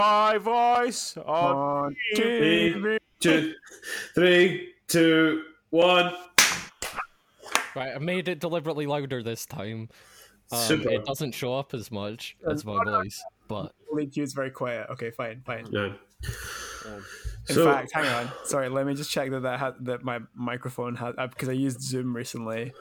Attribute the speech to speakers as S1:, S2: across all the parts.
S1: My voice on
S2: One,
S1: TV.
S3: two, three, two, one.
S4: Right, I made it deliberately louder this time. Um,
S3: Super.
S4: It doesn't show up as much as my voice, but
S2: Only Q's very quiet. Okay, fine, fine.
S3: No.
S2: In
S3: So-
S2: fact, hang on. Sorry, let me just check that that, ha- that my microphone has because I used Zoom recently.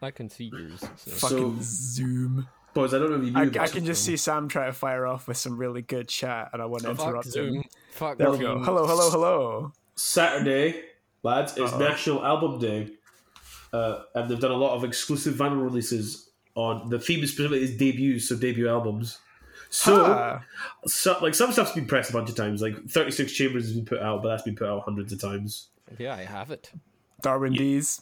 S4: I can see yours. So.
S2: Fucking Zoom.
S3: Boys, I don't know if you knew.
S2: I,
S3: about
S2: I can just
S3: something.
S2: see Sam try to fire off with some really good chat, and I want to
S4: Fuck
S2: interrupt him.
S4: Zoom. Fuck
S2: There we
S4: Zoom.
S2: go. Hello, hello, hello.
S3: Saturday, lads, is
S2: Uh-oh.
S3: National Album Day, uh, and they've done a lot of exclusive vinyl releases on the theme specifically is debuts, so debut albums. So,
S2: Ah,
S3: so- like some stuff's been pressed a bunch of times. Like Thirty Six Chambers has been put out, but that's been put out hundreds of times.
S4: Yeah, I have it.
S2: Darwin D's.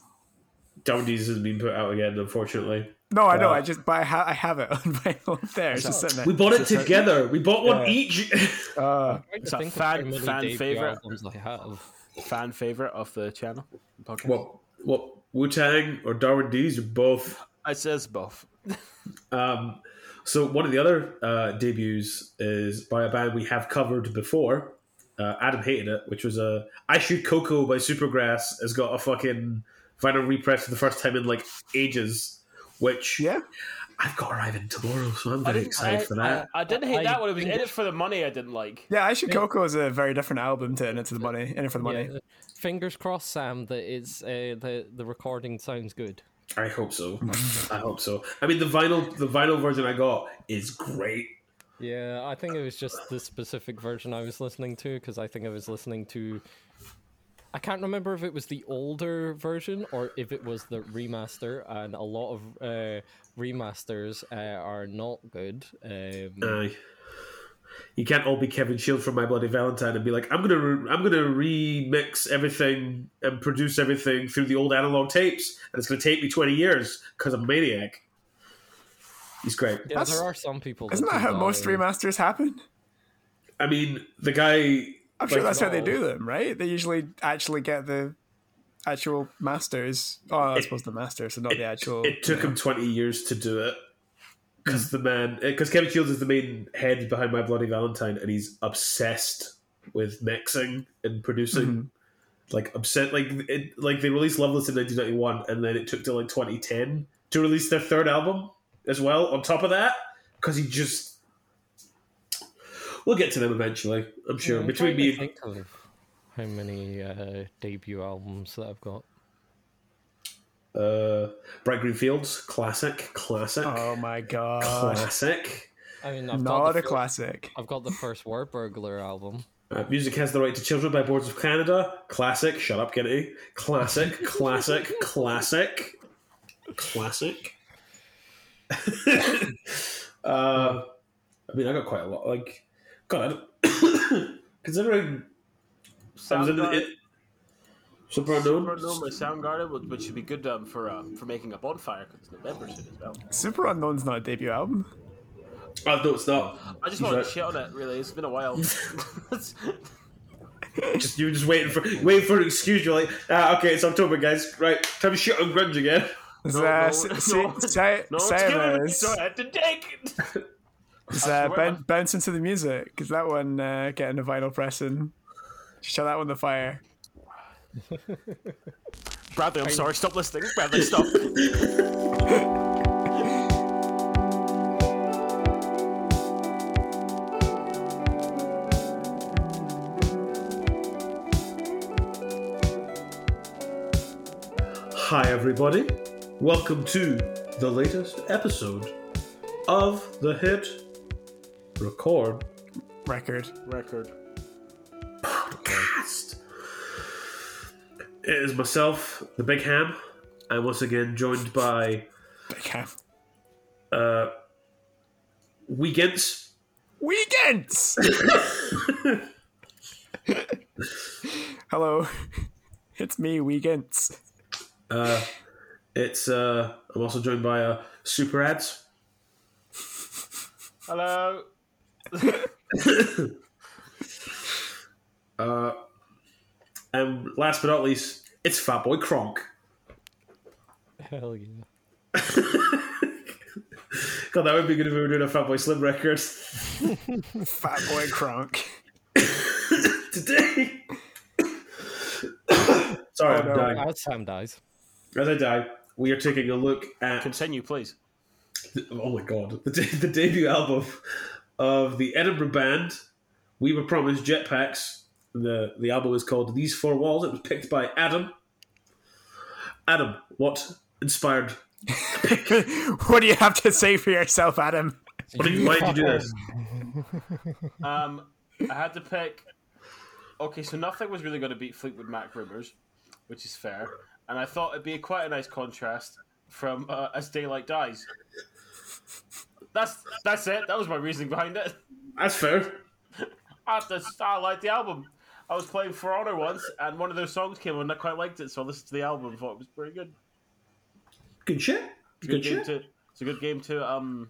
S3: Downey's has been put out again, unfortunately.
S2: No, I know.
S3: Uh,
S2: I just, but I, ha- I have it on vinyl. There, it's just sitting
S3: We
S2: there.
S3: bought it together. We bought one
S2: Yeah.
S3: each.
S2: Uh,
S4: I'm trying to
S1: Is that
S4: think of
S1: fan-
S4: how many
S1: fan
S4: debut
S1: favourite?
S4: albums I have.
S1: Fan favorite of the channel. Podcast.
S3: what? What? Wu Tang or Darwin D's or both?
S1: It says both.
S3: Um, so one of the other uh, debuts is by a band we have covered before. Uh, Adam hated it, which was a "I Shoot Coco" by Supergrass has got a fucking vinyl repress for the first time in like ages. Which
S2: yeah.
S3: I've got arriving tomorrow, so I'm very excited for that.
S1: I, I didn't hate
S4: I
S1: that one. It was in
S4: think-
S1: it for the money. I didn't like.
S2: Yeah, I should Coco is a very different album to In It to the Money. In It for the Money.
S4: Yeah, fingers crossed, Sam, that it's uh, the the recording sounds good.
S3: I hope so. I hope so. I mean, the vinyl, the vinyl version I got is great.
S4: Yeah, I think it was just the specific version I was listening to because I think I was listening to. I can't remember if it was the older version or if it was the remaster, and a lot of uh, remasters uh, are not good.
S3: Uh,
S4: Um,
S3: Aye. You can't all be Kevin Shield from My Bloody Valentine and be like, I'm gonna re- I'm gonna remix everything and produce everything through the old analog tapes, and it's gonna take me 20 years because I'm a maniac. He's great.
S4: yeah,
S2: that's-
S4: there are some people.
S2: Isn't
S4: do
S2: that how most
S4: that.
S2: remasters happen?
S3: I mean, the guy.
S2: I'm sure
S3: like,
S2: that's how they
S4: no.
S2: do them, right? They usually actually get the actual masters. Oh, I suppose the masters, so not the actual.
S3: It took him 20 years to do it
S4: Hmm.
S3: because the man because Kevin Shields is the main head behind My Bloody Valentine, and he's obsessed with mixing and producing.
S4: Mm-hmm.
S3: Like upset, like it, like they released Loveless in 1991, and then it took till like 2010 to release their third album as well. On top of that, because he just, we'll get to them eventually. I'm
S4: Yeah,
S3: sure.
S4: I'm
S3: Between
S4: trying to
S3: me, and,
S4: think of how many uh, debut albums that I've got?
S3: uh, Bright Green Fields, classic, classic,
S2: oh my god!
S3: classic.
S4: I mean, I've got
S2: Not
S4: the
S2: a
S4: fir-
S2: classic.
S4: I've got the first Word Burglar album.
S3: Uh, Music has the right to children by Boards of Canada. Classic. Shut up, Kennedy. Classic. classic. Classic. Classic. uh, I mean, I got quite a lot. Like, God, I don't- considering I was in the,
S1: Soundgarden,
S3: it, super unknown.
S1: Supernova, Soundgarden, which- which should be good um, for uh, for making a bonfire because it's November soon as well.
S2: Super Unknown's not a debut album.
S3: Oh no, it's not.
S1: I just wanted
S3: right.
S1: to shit on it. Really, it's been a while.
S3: Just you were just waiting for waiting for an excuse. You're like, ah, okay, it's October, guys. Right, time to shoot on grunge again.
S2: Is
S1: No,
S2: that
S1: no,
S2: Si-
S1: no.
S2: Si- Si-
S1: no one's giving me,
S2: Cyrus?
S1: so I had to take it.
S2: Is uh,
S1: swear
S2: boun-
S1: on-
S2: bounce into the music? Is that one uh, getting a vinyl pressing? Shut that one the fire.
S1: Bradley, I'm sorry. Stop listening. Bradley, stop.
S3: Hi, everybody. Welcome to the latest episode of the hit record
S2: Record.
S1: Record.
S3: cast. It is myself, the Big Ham. I'm once again joined by
S2: Big Ham.
S3: Weekends.
S2: Weekends! Hello. It's me, Weekends.
S3: It's uh, I'm also joined by uh, Super Ads.
S1: Hello.
S3: And last but not least, it's Fat Boy Kronk.
S4: Hell yeah!
S3: God, that would be good if we were doing a Fatboy Slim record
S2: Fat boy crunk.
S3: today. Sorry,
S2: Oh,
S3: I'm
S2: no.
S3: dying.
S4: As Sam dies.
S3: As I die, we are taking a look at
S1: Continue, please.
S3: oh my god, the, de- the debut album of the Edinburgh band. We were promised jetpacks. The the album is called These Four Walls. It was picked by Adam. Adam, what inspired?
S2: what do you have to say for yourself, Adam?
S3: What did, why did you do this?
S1: Um, I had to pick. Okay, so nothing was really going to beat Fleetwood Mac rumors, which is fair. And I thought it'd be quite a nice contrast from uh, As Daylight Dies. That's that's it. That was my reasoning behind it.
S3: That's fair.
S1: I, just, I liked the album. I was playing For Honor once, and one of their songs came on, and I quite liked it, so I listened to the album. and Thought it was pretty good.
S3: Good shit. Good,
S1: game
S3: shit.
S1: to. It's a good game to. Um.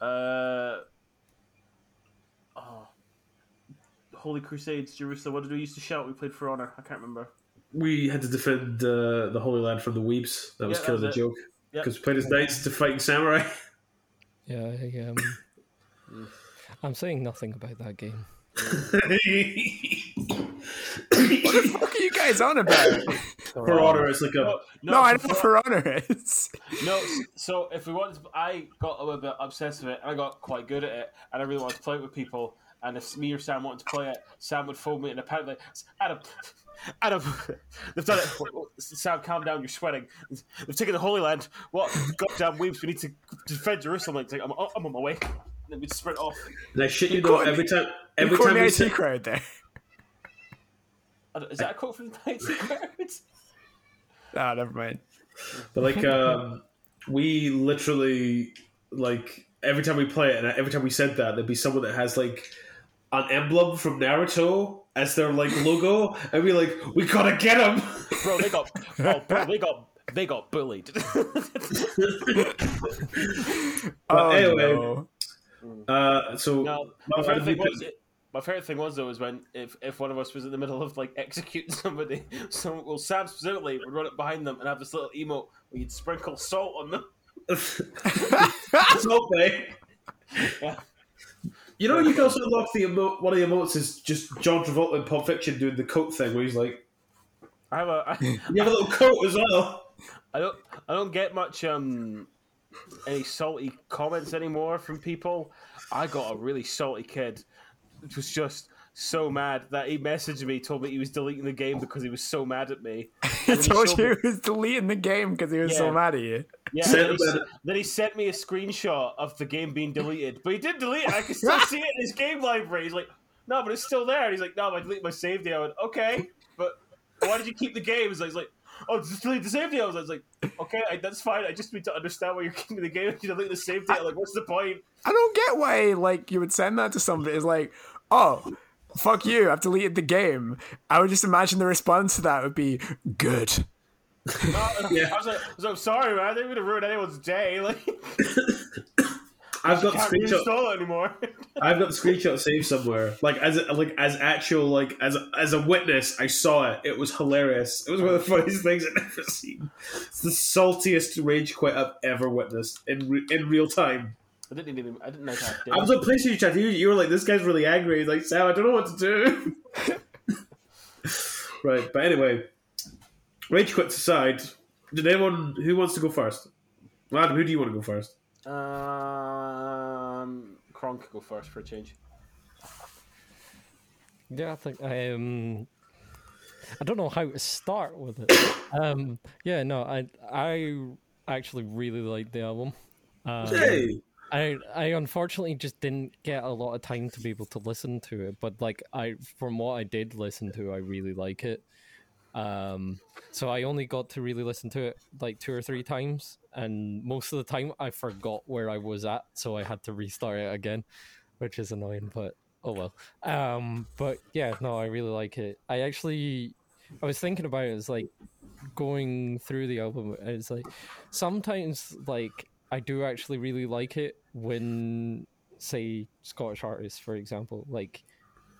S1: Uh. Oh. Holy Crusades, Jerusalem. What did we used to shout? We played for honor. I can't remember.
S3: We had to defend uh, the Holy Land from the Weebs. That was
S1: Yeah,
S3: kind of the
S1: that's it.
S3: joke.
S1: Yep.
S3: Because we played as knights to fighting samurai.
S4: Yeah, I, um, I'm saying nothing about that game.
S2: What are you guys on about?
S3: For honor, it's like a
S1: No,
S2: No, I know
S1: so-
S2: what For Honor is.
S1: no. s- So if we wanted, to, I got a little bit obsessed with it, and I got quite good at it, and I really wanted to play it with people. And if me or Sam wanted to play it, Sam would phone me and apparently, Adam, Adam, they've done it. Sam, calm down, you're sweating. They've taken the Holy Land. What goddamn weeps? We need to defend Jerusalem. Like, I'm, I'm on my way. And then we'd sprint off.
S3: And I shit you know
S2: caught
S3: every
S2: me.
S3: time
S2: You
S3: every
S2: caught
S3: time
S2: me
S3: we
S2: out
S3: sit,
S2: crowd there.
S1: I don't- Is that a quote from the Knights of Cards?
S2: Ah, never mind.
S3: but like um, we literally like every time we play it and every time we said that there'd be someone that has like an emblem from Naruto as their like logo and we like we gotta get him.
S1: Bro, they got, oh, bro, they got, they got bullied.
S2: Oh
S3: anyway,
S2: no.
S3: Uh, so
S1: No, my
S3: Well,
S1: favorite
S3: we
S1: thing
S3: could-
S1: was my favorite thing was though was when if, if one of us was in the middle of like executing somebody, so well Sam specifically would run up behind them and have this little emote where you'd sprinkle salt on them.
S3: it's okay.
S1: Yeah.
S3: You know, you can also unlock the emo- one of the emotes is just John Travolta in Pulp Fiction doing the coat thing where he's like,
S1: I have a I,
S3: "You have a little coat as well."
S1: I don't I don't get much um any salty comments anymore from people. I got a really salty kid. It was just so mad that he messaged me, told me he was deleting the game because he was so mad at me.
S2: I
S1: he
S2: told
S1: showed
S2: you he was deleting the game because he was so
S1: Yeah.
S2: mad at you.
S1: Yeah,
S3: Send
S1: then he,
S3: him
S1: s-
S3: that-
S1: then he sent me a screenshot of the game being deleted, but he did delete it. I can still see it in his game library. He's like, no, but it's still there. And he's like, no, I deleted my save data. I went, okay, but why did you keep the game? He's like, he's like, oh, just delete the save data. I was like, okay, I, that's fine. I just need to understand why you're keeping the game. If you delete the save data, like, what's the point?
S2: I don't get why like you would send that to somebody. It's like, oh, fuck you, I've deleted the game. I would just imagine the response to that would be good.
S1: I, I, was like, I was like, I'm sorry, man. I didn't mean to ruin anyone's day. Like,
S3: I've got
S1: can't
S3: screenshots.
S1: reinstall it anymore.
S3: I've got the screenshot saved somewhere. Like as a, like as actual like as a, as a witness, I saw it. It was hilarious. It was one of the funniest things I've ever seen. It's the saltiest rage quit I've ever witnessed in re- in real time.
S1: I didn't even. I didn't know how to do
S3: I was
S1: it.
S3: on PlayStation chat. You, you were like, "This guy's really angry." He's like, "Sam, I don't know what to do." right, but anyway, rage quits aside. Did anyone who wants to go first? Adam, who do you want to go first?
S1: Um, Kronk, go first for a change.
S4: Yeah, I think I um I don't know how to start with it. Um yeah, no, I I actually really liked the album. Um,
S3: Hey,
S4: I I unfortunately just didn't get a lot of time to be able to listen to it, but like I from what I did listen to, I really like it. Um so I only got to really listen to it like two or three times and most of the time I forgot where I was at, so I had to restart it again, which is annoying, but oh well. Um but yeah, no, I really like it. I actually I was thinking about it, it's like going through the album, it's like sometimes like I do actually really like it when say Scottish artists, for example, like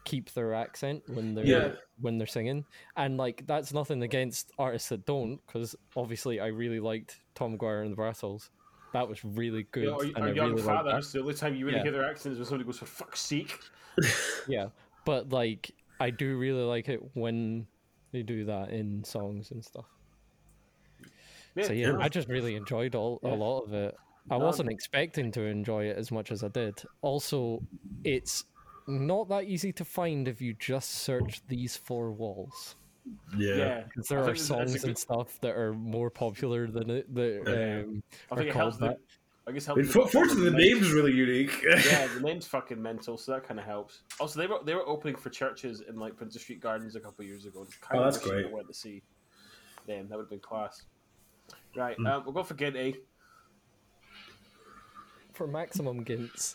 S4: keep their accent when they're
S3: Yeah.
S4: when they're singing, and like that's nothing against artists that don't, because obviously I really liked Tom McGuire and the Brassholes, That was really good.
S1: Or,
S4: and
S1: or
S4: I
S1: young
S4: really liked that.
S1: fathers. The only time you really
S4: Yeah.
S1: hear their accents is when somebody goes for fuck's sake.
S4: Yeah, but like I do really like it when they do that in songs and stuff. So yeah, I just really enjoyed all a lot of it. I wasn't expecting to enjoy it as much as I did. Also, it's not that easy to find if you just search these four walls.
S3: Yeah.
S1: yeah.
S4: 'Cause
S1: I
S4: There are
S1: think that's- that's a
S4: songs and
S1: good-
S4: stuff that are more popular than it that
S3: Yeah.
S4: um,
S1: I
S4: are
S1: think it
S4: called
S1: helps. The,
S4: that.
S1: I guess
S3: I mean,
S1: helps.
S3: for- fortunately, the name's really unique.
S1: Yeah, the name's fucking mental, so that kind of helps. Also, they were they were opening for churches in like Prince of Street Gardens a couple of years ago. It's kind
S3: Oh,
S1: of
S3: that's
S1: wishing I
S3: great.
S1: went to see them. That would have been class. Right,
S4: Hmm.
S1: um, we'll go for Gint A.
S4: For maximum gins.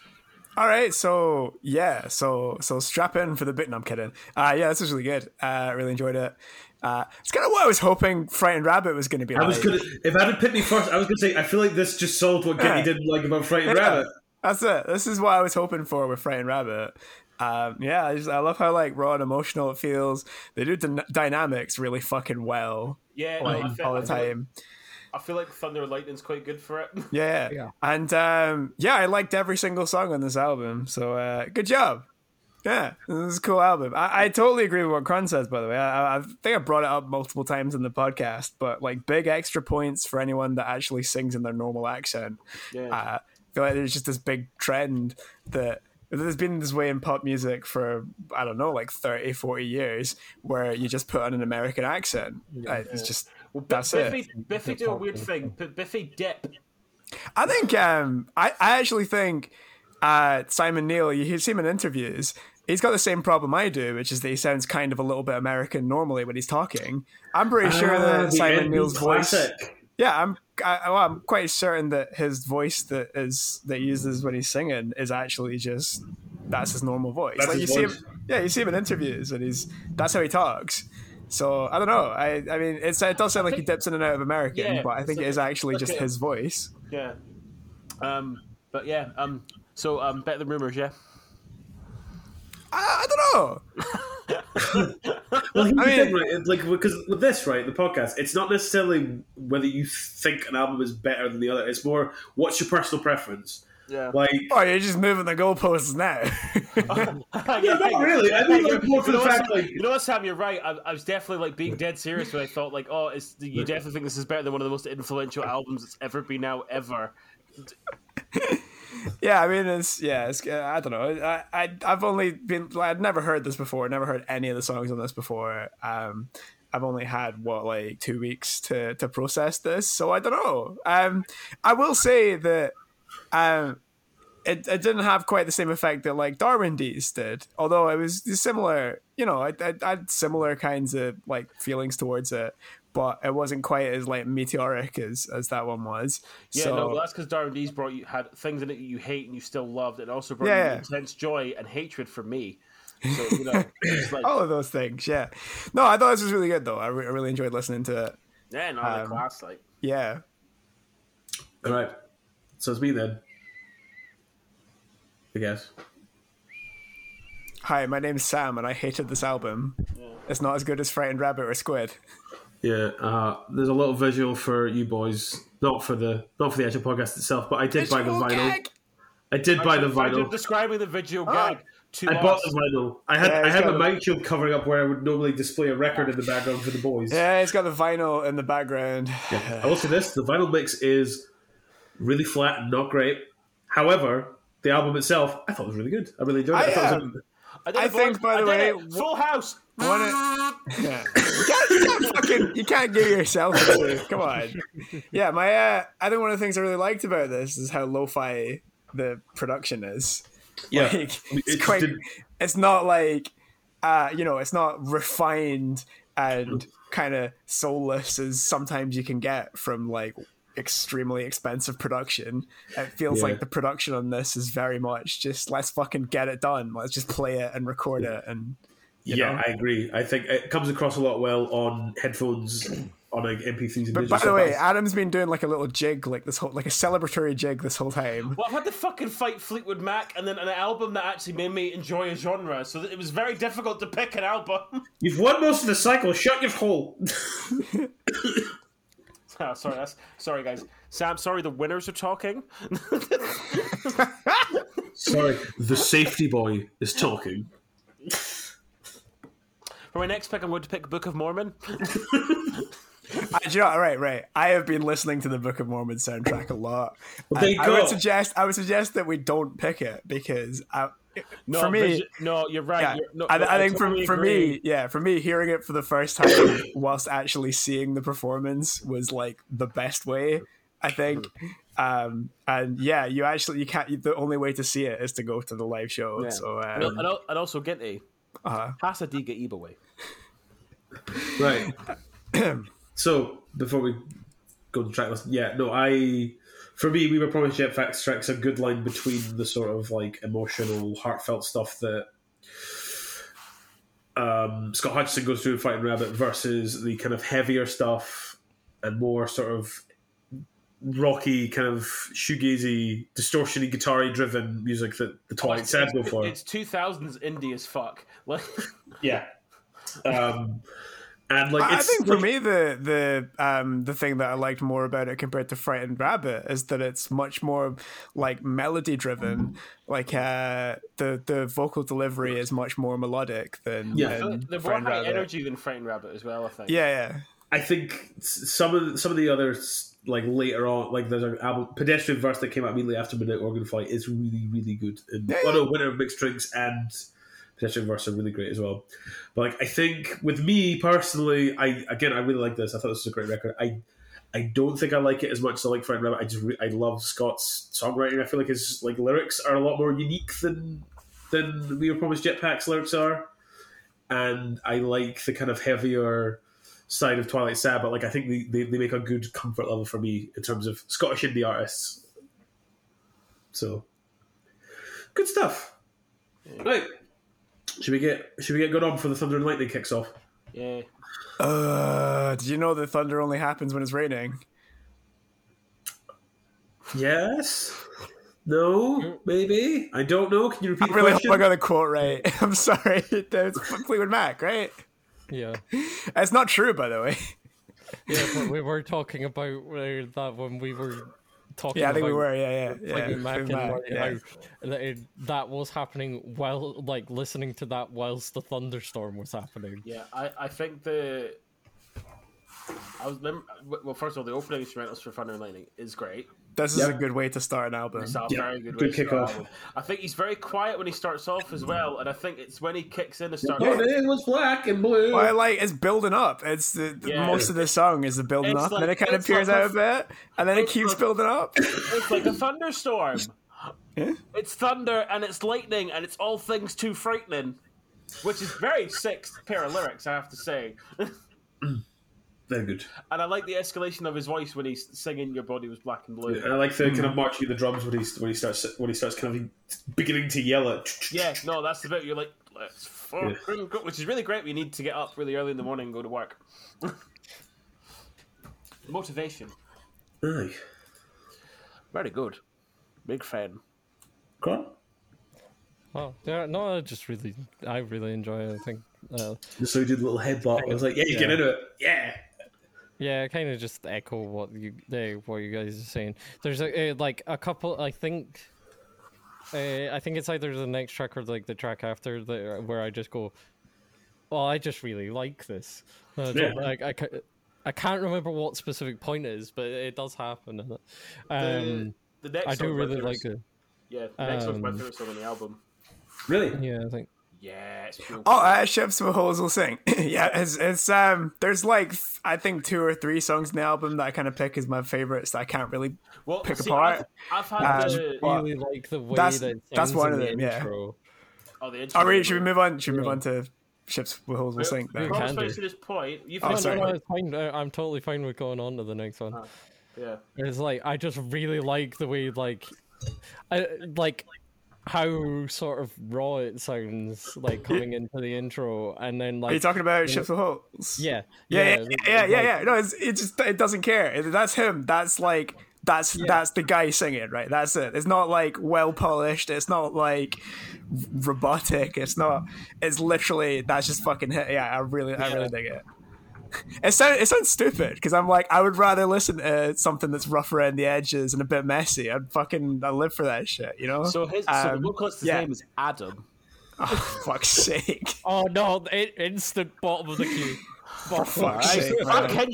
S2: All right, so yeah, so so strap in for the bit. No, I'm kidding. Uh, yeah, this was really good. Uh, really enjoyed it. Uh, it's kind of what I was hoping Frightened Rabbit was going to be.
S3: I
S2: like.
S3: was gonna. If I had picked me first, I was gonna say I feel like this just solved what Getty didn't like about Frightened
S2: Yeah.
S3: Rabbit.
S2: That's it. This is what I was hoping for with Frightened Rabbit. Um, yeah, I, just, I love how like raw and emotional it feels. They do d- dynamics really fucking well
S1: Yeah, no,
S2: like,
S1: Oh, I, feel,
S2: all
S1: I,
S2: the
S1: feel like,
S2: time.
S1: I feel like Thunder and Lightning's quite good for it.
S2: Yeah.
S4: Yeah.
S2: and um, yeah, I liked every single song on this album. So uh, good job. Yeah, this is a cool album. I, I totally agree with what Kron says. By the way, I, I I think I brought it up multiple times in the podcast, but like big extra points for anyone that actually sings in their normal accent.
S1: yeah,
S2: uh, I feel like there's just this big trend that there's been this way in pop music for i don't know like 30 40 years where you just put on an american accent Uh, it's just that's
S1: Biffy,
S2: it
S1: Biffy did a weird thing. B- Biffy dip.
S2: i think um i, I actually think uh simon neil you hear- see him in interviews he's got the same problem i do which is that he sounds kind of a little bit american normally when he's talking i'm pretty
S3: Ah,
S2: sure that simon neil's voice Yeah, I'm. I, well, I'm quite certain that his voice that is that he uses when he's singing is actually just that's his normal voice.
S3: That's
S2: like
S3: his
S2: you
S3: voice.
S2: see him, yeah, you see him in interviews, and he's that's how he talks. So I don't know. I I mean, it's, it does sound like he dips in and out of American,
S1: Yeah,
S2: but I think
S1: it's
S2: it is
S1: like-
S2: actually
S1: it's like
S2: just
S1: a-
S2: his voice.
S1: Yeah. Um, but yeah. Um, so um, better than rumors. Yeah.
S2: I, I don't know.
S3: Well, here's
S2: I mean-
S3: the thing, right? it- Like, because with this, right, the podcast, it's not necessarily whether you think an album is better than the other. It's more what's your personal preference.
S1: Yeah.
S3: Like,
S2: Oh, you're just moving the goalposts now.
S1: yeah,
S3: not really. I mean, like, more for
S1: you
S3: the
S1: know
S3: fact,
S1: what,
S3: like,
S1: you know what, Sam? You're right. I, I was definitely like being dead serious when I thought like, oh, it's, you definitely think this is better than one of the most influential albums that's ever been out ever.
S2: yeah, I mean, it's yeah, it's uh, I don't know. I, I I've only been like, I'd never heard this before. Never heard any of the songs on this before. Um, I've only had what like two weeks to to process this, so I don't know. Um, I will say that um, it it didn't have quite the same effect that like Darwin D's did, although it was similar. You know, I, I, I had similar kinds of like feelings towards it. But it wasn't quite as like meteoric as, as that one was.
S1: Yeah,
S2: so,
S1: no, well, that's because Darren D's brought you had things in it that you hate and you still loved, and also brought
S2: Yeah.
S1: you intense joy and hatred for me. So you know, it's like,
S3: Oh.
S2: all of those things. Yeah. No, I thought this was really good though. I, re- I really enjoyed listening to it.
S1: yeah, no,
S3: Um,
S1: the class, like,
S2: Yeah.
S3: all right. So it's me then. I guess.
S2: Hi, my name's Sam, and I hated this album. It's not as good as Frightened Rabbit or Squid.
S3: Yeah, uh, there's a little visual for you boys, not for the not for the actual podcast itself, but I did buy the vinyl. I did buy the
S1: I'm
S3: vinyl. Ah!
S1: just describing the video gag to
S3: I
S1: us.
S3: bought the vinyl. I had
S2: Yeah,
S3: I
S2: it's
S3: had
S2: got
S3: a
S2: a-
S3: mic shield covering up where I would normally display a record in the background for the boys.
S2: Yeah, it's got the vinyl in the background.
S3: I will say this: the vinyl mix is really flat and not great. However, the album itself, I thought was really good. I really enjoyed it. I,
S2: I um,
S3: thought it
S2: am.
S3: was
S1: did it,
S2: I think,
S1: boys.
S2: by the
S1: I did
S2: way,
S1: it. Full House.
S2: Wanna- Yeah. You, can't, you can't fucking you can't give yourself a clue. Come on. Yeah, my uh, I think one of the things I really liked about this is how lo-fi the production is.
S3: yeah,
S2: Like, it's
S3: It
S2: quite.
S3: did-
S2: It's not like, uh, you know, it's not refined and kind of soulless as sometimes you can get from like extremely expensive production. It feels
S3: Yeah.
S2: like the production on this is very much just let's fucking get it done. Let's just play it and record it and
S3: yeah,
S2: know?
S3: I agree. I think it comes across a lot well on headphones, on like MP3s. And
S2: But
S3: digital
S2: by the way,
S3: stuff.
S2: Adam's been doing like a little jig, like this whole, like a celebratory jig this whole time.
S1: Well, I've had to fucking fight Fleetwood Mac and then an album that actually made me enjoy a genre, so that it was very difficult to pick an album.
S3: you've won most of the cycle. Shut your hole.
S1: oh, sorry, that's sorry, guys. Sam, sorry, the winners are talking.
S3: Sorry, the safety boy is talking.
S1: For my next pick, I'm going to pick Book of Mormon.
S2: I, do you know, right, right. I have been listening to the Book of Mormon soundtrack a lot.
S3: there
S2: And
S3: you
S2: I would
S3: go.
S2: suggest I would suggest that we don't pick it because I,
S1: No,
S2: for me,
S1: Bridget- no, you're right.
S2: yeah,
S1: You're- no,
S2: I,
S1: no,
S2: I think for,
S1: totally
S2: for
S1: agree.
S2: me, yeah, for me, hearing it for the first time whilst actually seeing the performance was like the best way. I think, um, and yeah, you actually you can't. The only way to see it is to go to the live show.
S1: Yeah.
S2: So
S1: And al-
S2: um,
S1: and, al- and also Ginty.
S2: uh,
S1: Hasadiga Ibaway.
S3: Right. so before we go to track list, yeah, no, I for me we were promised Jetpack strikes a good line between the sort of like emotional, heartfelt stuff that um, Scott Hutchison goes through in Fighting Rabbit versus the kind of heavier stuff and more sort of rocky, kind of shoegazy, distortiony, guitar driven music that the Twilight Sad go for.
S1: It's 2000s indie as fuck. Like,
S3: Yeah. Um, and like
S2: I I
S3: it's
S2: think for
S3: like-
S2: me the the um the thing that I liked more about it compared to Frightened Rabbit is that it's much more like melody driven. Like uh the the vocal delivery is much more melodic than
S3: Yeah.
S2: than
S1: they're more
S2: Frightened
S1: high
S2: Rabbit.
S1: energy than Frightened Rabbit as well, I think.
S2: Yeah, yeah.
S3: I think s- some of some of the others like later on, like there's an album pedestrian verse that came out immediately after Midnight Organ Flight is really really good. And
S2: Yeah,
S3: oh no, Winner of Mixed Drinks and pedestrian verse are really great as well. But like I think with me personally, I again I really like this. I thought this was a great record. I I don't think I like it as much as I like Friend Rabbit. I just re- I love Scott's songwriting. I feel like his like lyrics are a lot more unique than than We Were Promised Jetpack's lyrics are, and I like the kind of heavier side of Twilight Sad. But like I think they, they, they make a good comfort level for me in terms of Scottish indie artists. So good stuff. Right, should we get should we get going on for the Thunder and Lightning kicks off?
S1: Yeah.
S2: Uh, did you know that thunder only happens when it's raining?
S3: Yes. No. Maybe. I don't know. Can you repeat
S2: I
S3: the
S2: really hope
S3: question?
S2: I got the quote right. I'm sorry. It's Fleetwood Mac, right?
S4: Yeah.
S2: It's not true, by the way.
S4: Yeah, but we were talking about uh, that when we were talking
S2: Yeah, I think we
S4: about
S2: were. Yeah, yeah, yeah.
S4: Fleetwood Mac and
S2: Fleetwood Mac,
S4: Marty
S2: yeah.
S4: House, and that it- that was happening while, like, listening to that whilst the thunderstorm was happening.
S1: Yeah, I, I think the I was mem- well. First of all, the opening instrumentals for Thunder and Lightning is great.
S2: This is
S3: Yep.
S2: a good way to start an album.
S1: It's a
S3: Yeah,
S1: very good,
S3: good
S1: way to start
S3: kickoff.
S1: an album. I think he's very quiet when he starts off as well, and I think it's when he kicks in and starts.
S3: Oh, it was black and blue.
S2: Well, I like it's building up. It's the, the-
S1: Yeah.
S2: most of the song is the building
S1: It's
S2: up, and then it
S1: like-
S2: kind of
S1: it's like
S2: peers out a bit, and then it
S1: it's
S2: keeps
S1: like-
S2: building up.
S1: It's like a thunderstorm.
S2: Yeah.
S1: It's thunder and it's lightning and it's all things too frightening, which is very sick pair of lyrics, I have to say.
S3: Very good.
S1: And I like the escalation of his voice when he's singing "Your Body Was Black and Blue."
S3: And I like the kind of marching of the drums when he when he starts when he starts kind of beginning to yell at.
S1: Yeah, no, that's the bit you're like, let's fucking go, which is really great. We need to get up really early in the morning and go to work. Motivation.
S3: Aye.
S1: Very good. Big fan.
S3: Go on.
S4: Oh, yeah, no, I just really, I really enjoy it. I think, uh,
S3: So he did a little headbutt. I was like, yeah, you get
S4: Yeah.
S3: into it. Yeah.
S4: yeah, I kind of just echo what you, uh, what you guys are saying. There's a, uh, like a couple. I think, uh, I think it's either the next track or like the track after that where I just go, well, I just really like this. I don't-
S3: Yeah.
S4: Like I, ca- I can't remember what specific point it is, but it does happen. and, Um,
S1: the next
S4: I do
S1: song's my
S4: really
S1: favorite
S4: like
S1: song-
S4: it.
S1: Yeah, the next one's my
S4: um,
S1: favorite song on the album.
S3: Really.
S4: Yeah, I think.
S1: Yeah, it's pure-
S2: Oh, uh, Chefs with Holes will sing. yeah, it's, it's um. There's like th- I think two or three songs in the album that I kind of pick as my favorites that I can't really.
S1: well,
S2: pick
S1: see,
S2: apart.
S1: I've, I've had
S2: Um,
S1: the,
S2: But
S4: really like the way
S2: that's-
S4: that it
S2: that's
S4: sounds
S2: one
S4: in
S2: of
S4: the
S2: them, yeah.
S4: intro.
S1: oh, the
S2: Oh,
S1: intro.
S2: really, should we move on? Should we move on to Ships with Holes will
S1: We're-
S2: sing?
S1: we're
S2: then?
S4: Well- Can
S1: almost
S4: do.
S1: finished at this point. You
S2: Oh,
S1: finished-
S4: No,
S2: sorry.
S4: no, it's fine. I- I'm totally fine with going on to the next one.
S1: Yeah.
S4: It's like I just really like the way like, I like how sort of raw it sounds like coming into the intro, and then
S2: Are you
S4: like
S2: talking about Ships with Holes?
S4: yeah,
S2: yeah, yeah, yeah, yeah,
S4: like,
S2: yeah. No, it's, it just it doesn't care. That's him. That's like that's that's the guy singing, right? That's it. It's not like well polished. It's not like robotic. It's not. It's literally that's just fucking hit. Yeah, I really, I really dig it. It sounds it sounds stupid because I'm like I would rather listen to something that's rough around the edges and a bit messy. I'd fucking I live for that shit, you know.
S1: So his so the
S2: Um,
S1: vocalist's
S2: yeah.
S1: name is Adam.
S2: oh, fuck's sake!
S4: Oh no! It, instant bottom of the queue.
S2: fuck's
S1: Right?
S2: sake! man.
S1: Fucking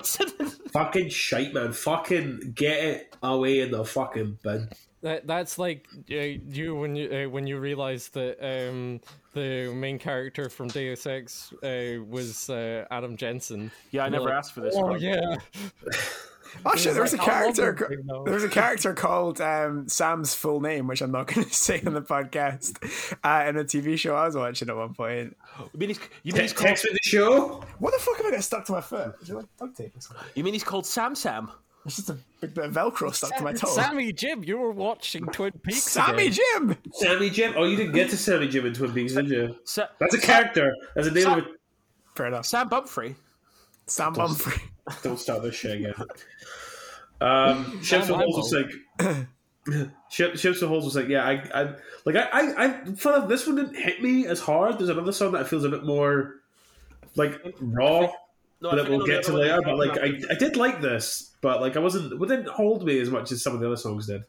S1: shit.
S3: Fucking shite, man. Fucking get it away in the fucking bin.
S4: That that's like uh, you when you uh, when you realize that um, the main character from Deus Ex uh, was uh, Adam Jensen.
S1: Yeah, I
S4: You're
S1: never
S4: like,
S1: asked for this.
S4: Oh
S1: one.
S4: yeah,
S2: Oh shit! There was a
S4: like, I love
S2: character.
S4: this thing, though.
S2: There was a character called um, Sam's full name, which I'm not going to say on the podcast. Uh, in a TV show I was watching at one point.
S1: You mean he's you mean
S3: Te-
S1: he's called,
S3: Text me the show.
S2: What the fuck have I got stuck to my foot? Is it like duct tape? Or something?
S1: you mean he's called Sam Sam?
S2: It's just a big bit of Velcro stuck to my toe.
S4: Sammy Jim, you were watching Twin Peaks.
S2: Sammy
S4: again.
S2: Jim.
S3: Sammy Jim. Oh, you didn't get to Sammy Jim in Twin Peaks, did you?
S1: Sa-
S3: That's a character. That's a name of a-
S2: Fair enough.
S1: Sam Bumfrey.
S2: Sam Humphrey.
S3: Don't start this shit again. Um, Ships
S4: Damn,
S3: and
S4: I
S3: Holes was like, Ship, Ships and Holes was like, yeah, I, I like, I, I, I felt like this one didn't hit me as hard. There's another song that feels a bit more like raw
S1: No, I
S3: that
S1: think I
S3: we'll
S1: know
S3: get to
S1: the other one
S3: later.
S1: you're
S3: But like,
S1: talking
S3: I, I did like this, but like, I wasn't, it didn't hold me as much as some of the other songs did.
S1: about.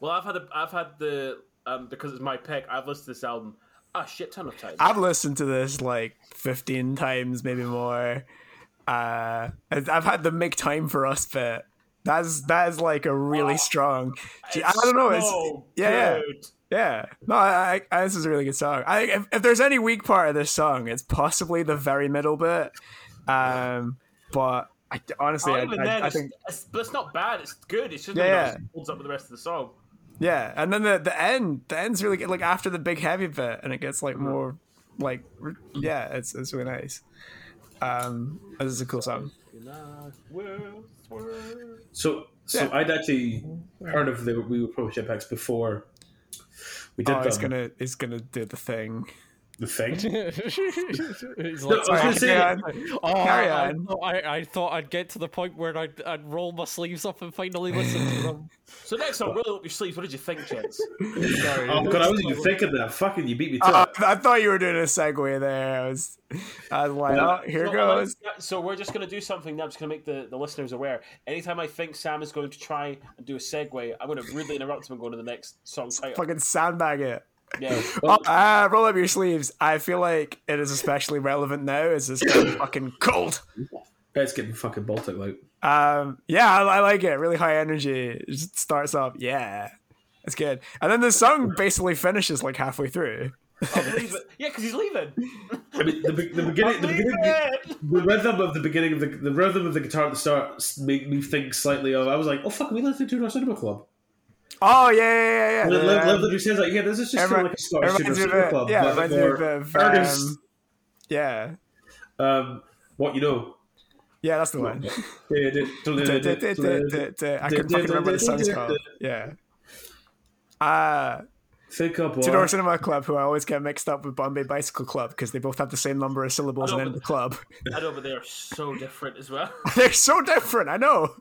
S1: well, I've had a, I've had the um because it's my pick. I've listened to this album a shit ton of times.
S2: I've listened to this like 15 times, maybe more. Uh, I've I've had the make time for us bit. That's that is like a really strong. I don't know. It's
S1: so
S2: yeah, yeah.
S1: good.
S2: Yeah, no, I, I, I, this is a really good song. I, if, if there's any weak part of this song, it's possibly the very middle bit. Um, but I, honestly,
S1: Oh,
S2: I,
S1: even
S2: I-
S1: then,
S2: I
S1: it's,
S2: think
S1: it's, but it's not bad. It's good. It's just
S2: Yeah,
S1: when it
S2: yeah.
S1: just holds up with the rest of the song.
S2: yeah. And then the the end, the end's really good. Like after the big heavy bit, and it gets like
S3: Mm-hmm.
S2: more like r- yeah, it's it's really nice. Um, this is a cool song.
S3: So, so
S2: Yeah.
S3: I'd actually heard of the We Were Pro Ship X before we did
S2: Oh,
S3: them,
S2: it's gonna it's gonna do the thing.
S3: the thing.
S4: He's
S3: No, I
S4: like,
S3: was gonna say,
S2: Yeah,
S4: oh,
S2: carry
S4: I,
S2: on.
S4: I, I thought I'd get to the point where I'd, I'd roll my sleeves up and finally listen to them.
S1: So next song, roll up your sleeves. What did you think, gents?
S4: Sorry.
S3: oh god, I wasn't even thinking that. Fucking, you beat me to
S2: Uh,
S3: it.
S2: I thought you were doing a segue there. I was, I was like,
S3: No, uh,
S2: oh, here
S1: So,
S2: goes.
S1: like, so we're just going to do something now. I'm just going to make the, the listeners aware. Anytime I think Sam is going to try and do a segue, I'm going to rudely interrupt him and go to the next song title.
S2: Fucking sandbag it.
S1: Yeah.
S2: Oh, ah, roll up your sleeves. I feel like it is especially relevant now as it's getting fucking cold.
S3: It's getting fucking Baltic like.
S2: Um, yeah, I, I like it. Really high energy. It just starts off. Yeah, it's good. And then the song basically finishes like halfway through.
S1: Leave it. Yeah, because he's leaving.
S3: I mean, the, be- the beginning, the,
S1: Leave
S3: beginning
S1: it.
S3: the rhythm of the beginning of the the rhythm of the guitar at the start s- made me think slightly of. I was like, oh fuck, we listening to our cinema club.
S2: Oh yeah, yeah, yeah.
S3: And then
S2: yeah.
S3: Liv, Liv Liberty says like, yeah, this is just kind
S2: Everyone-
S3: of like a Scottish cinema,
S2: it reminds me of
S3: cinema
S2: it.
S3: club.
S2: Yeah, it
S3: but
S2: reminds me of
S3: more
S2: it, of,
S3: earnest.
S2: um, yeah,
S3: Um, what you know.
S2: yeah. That's the one. I couldn't fucking remember what the song's called. Yeah. Uh,
S3: Think up
S2: Tudor
S3: what?
S2: Cinema Club, who I always get mixed up with Bombay Bicycle Club because they both have the same number of syllables
S1: I
S2: and
S1: know,
S2: end
S1: but-
S2: the club.
S1: I know, but they are so different as well.
S2: They're so different. I know.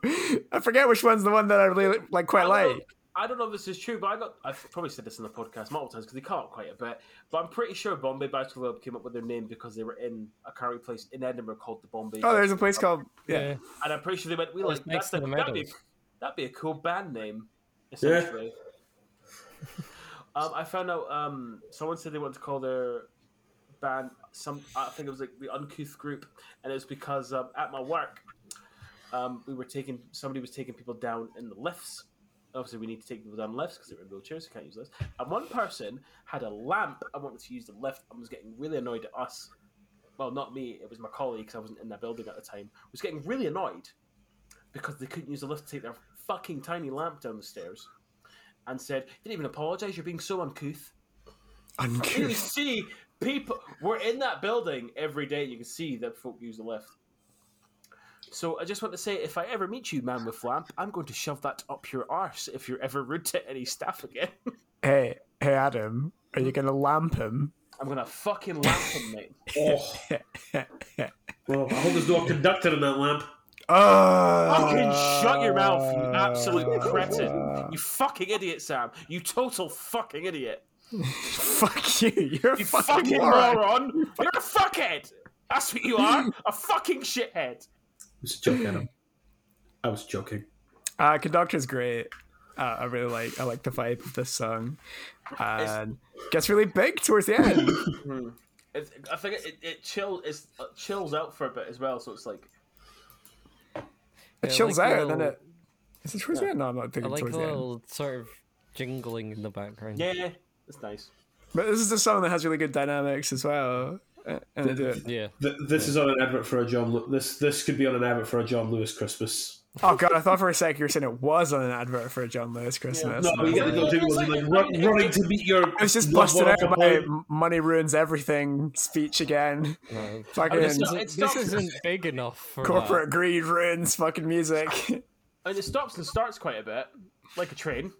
S2: I forget which one's the one that I really like quite
S1: I don't
S2: like.
S1: know- I don't know if this is true, but I got I've probably said this in the podcast multiple times because they can't quite a bit. But I'm pretty sure Bombay Bicycle Club came up with their name because they were in a curry place in Edinburgh called the Bombay.
S2: Oh, there's
S1: Bicycle
S2: a place
S1: Club.
S2: called yeah.
S4: Yeah.
S1: and I'm pretty sure they went. We like
S4: it's next
S1: that's
S4: to
S1: the,
S4: the
S1: that'd, be,
S4: medals.
S1: that'd be a cool band name. Essentially, um, I found out um, someone said they wanted to call their band some. I think it was like the Uncouth Group, and it was because um, at my work, um, we were taking somebody was taking people down in the lifts. Obviously, we need to take people down lifts because they're in wheelchairs. We can't use lifts. And one person had a lamp and wanted to use the lift and was getting really annoyed at us. Well, not me. It was my colleague because I wasn't in that building at the time. Was getting really annoyed because they couldn't use the lift to take their fucking tiny lamp down the stairs, and said, "You didn't even apologise. You're being so uncouth." You
S2: Uncouth.
S1: see, people we're in that building every day. You can see that folk use the lift. So I just want to say, if I ever meet you, man with lamp, I'm going to shove that up your arse if you're ever rude to any staff again.
S2: Hey, hey, Adam, are you gonna lamp him?
S1: I'm gonna fucking lamp him, mate.
S3: Oh, well, I hope there's no conductor in that lamp.
S2: Oh,
S1: Fucking shut your mouth, you
S2: Ah.
S1: absolute
S2: uh,
S1: cretin! You fucking idiot, Sam! You total fucking idiot!
S2: Fuck you! You're a
S1: You
S2: fucking,
S1: fucking
S2: moron.
S1: moron! You're a fuckhead! That's what you are, a fucking shithead.
S3: was a joke, Adam. I was joking.
S2: Uh, Conductor's great. Uh, I really like I like the vibe of this song, and gets really big towards the end.
S1: It, I think it, it chill it's, it chills out for a bit as well, so it's like
S2: It
S4: Yeah, I
S2: chills
S4: like the
S2: out, and then
S4: little-
S2: it. Is it towards the end? No, I'm not
S4: I
S2: thinking
S4: like
S2: towards
S4: the
S2: the end.
S4: little sort of jingling in the background.
S1: yeah, it's nice.
S2: But this is a song that has really good dynamics as well, uh, and they do it.
S4: Yeah.
S3: Th- this is on an advert for a John. Lew- This this could be on an advert for a John Lewis Christmas.
S2: Oh god, I thought for a second you were saying it was on an advert for a John Lewis Christmas.
S3: No, you get the
S1: Yeah.
S3: John Lewis
S1: It's like-
S3: like run, running to meet your.
S2: I was just
S3: loved
S2: busted
S3: one off
S2: out
S3: a
S2: by
S3: plane.
S2: money ruins everything speech again.
S4: no.
S2: Fucking
S1: it's not-
S4: Uh, This
S1: not-
S4: isn't big enough for
S2: corporate greed ruins fucking music.
S1: I mean, it stops and starts quite a bit, like a train.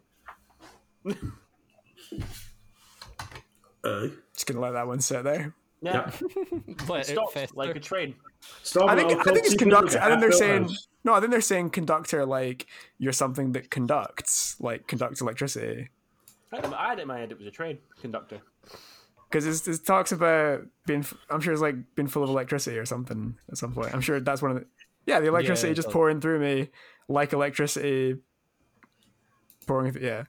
S3: Uh,
S2: just gonna let that one sit there.
S1: Yeah,
S3: yeah.
S4: that. Let it
S1: stops
S4: fester.
S1: like a train.
S3: Stop
S2: I
S3: it,
S2: think
S3: I'll
S2: I
S3: call
S2: think it's
S3: people
S2: conductor.
S3: to
S2: I think they're
S3: half
S2: saying
S3: hours.
S2: no. I think they're saying conductor like you're something that conducts, like conducts electricity.
S1: I had, it- I had it in my head it was a train conductor.
S2: Because it talks about being. f- I'm sure it's like being full of electricity or something at some point. I'm sure that's one of the. Yeah, the electricity
S4: it
S2: just
S4: does.
S2: pouring through me, like electricity. Pouring, th- yeah.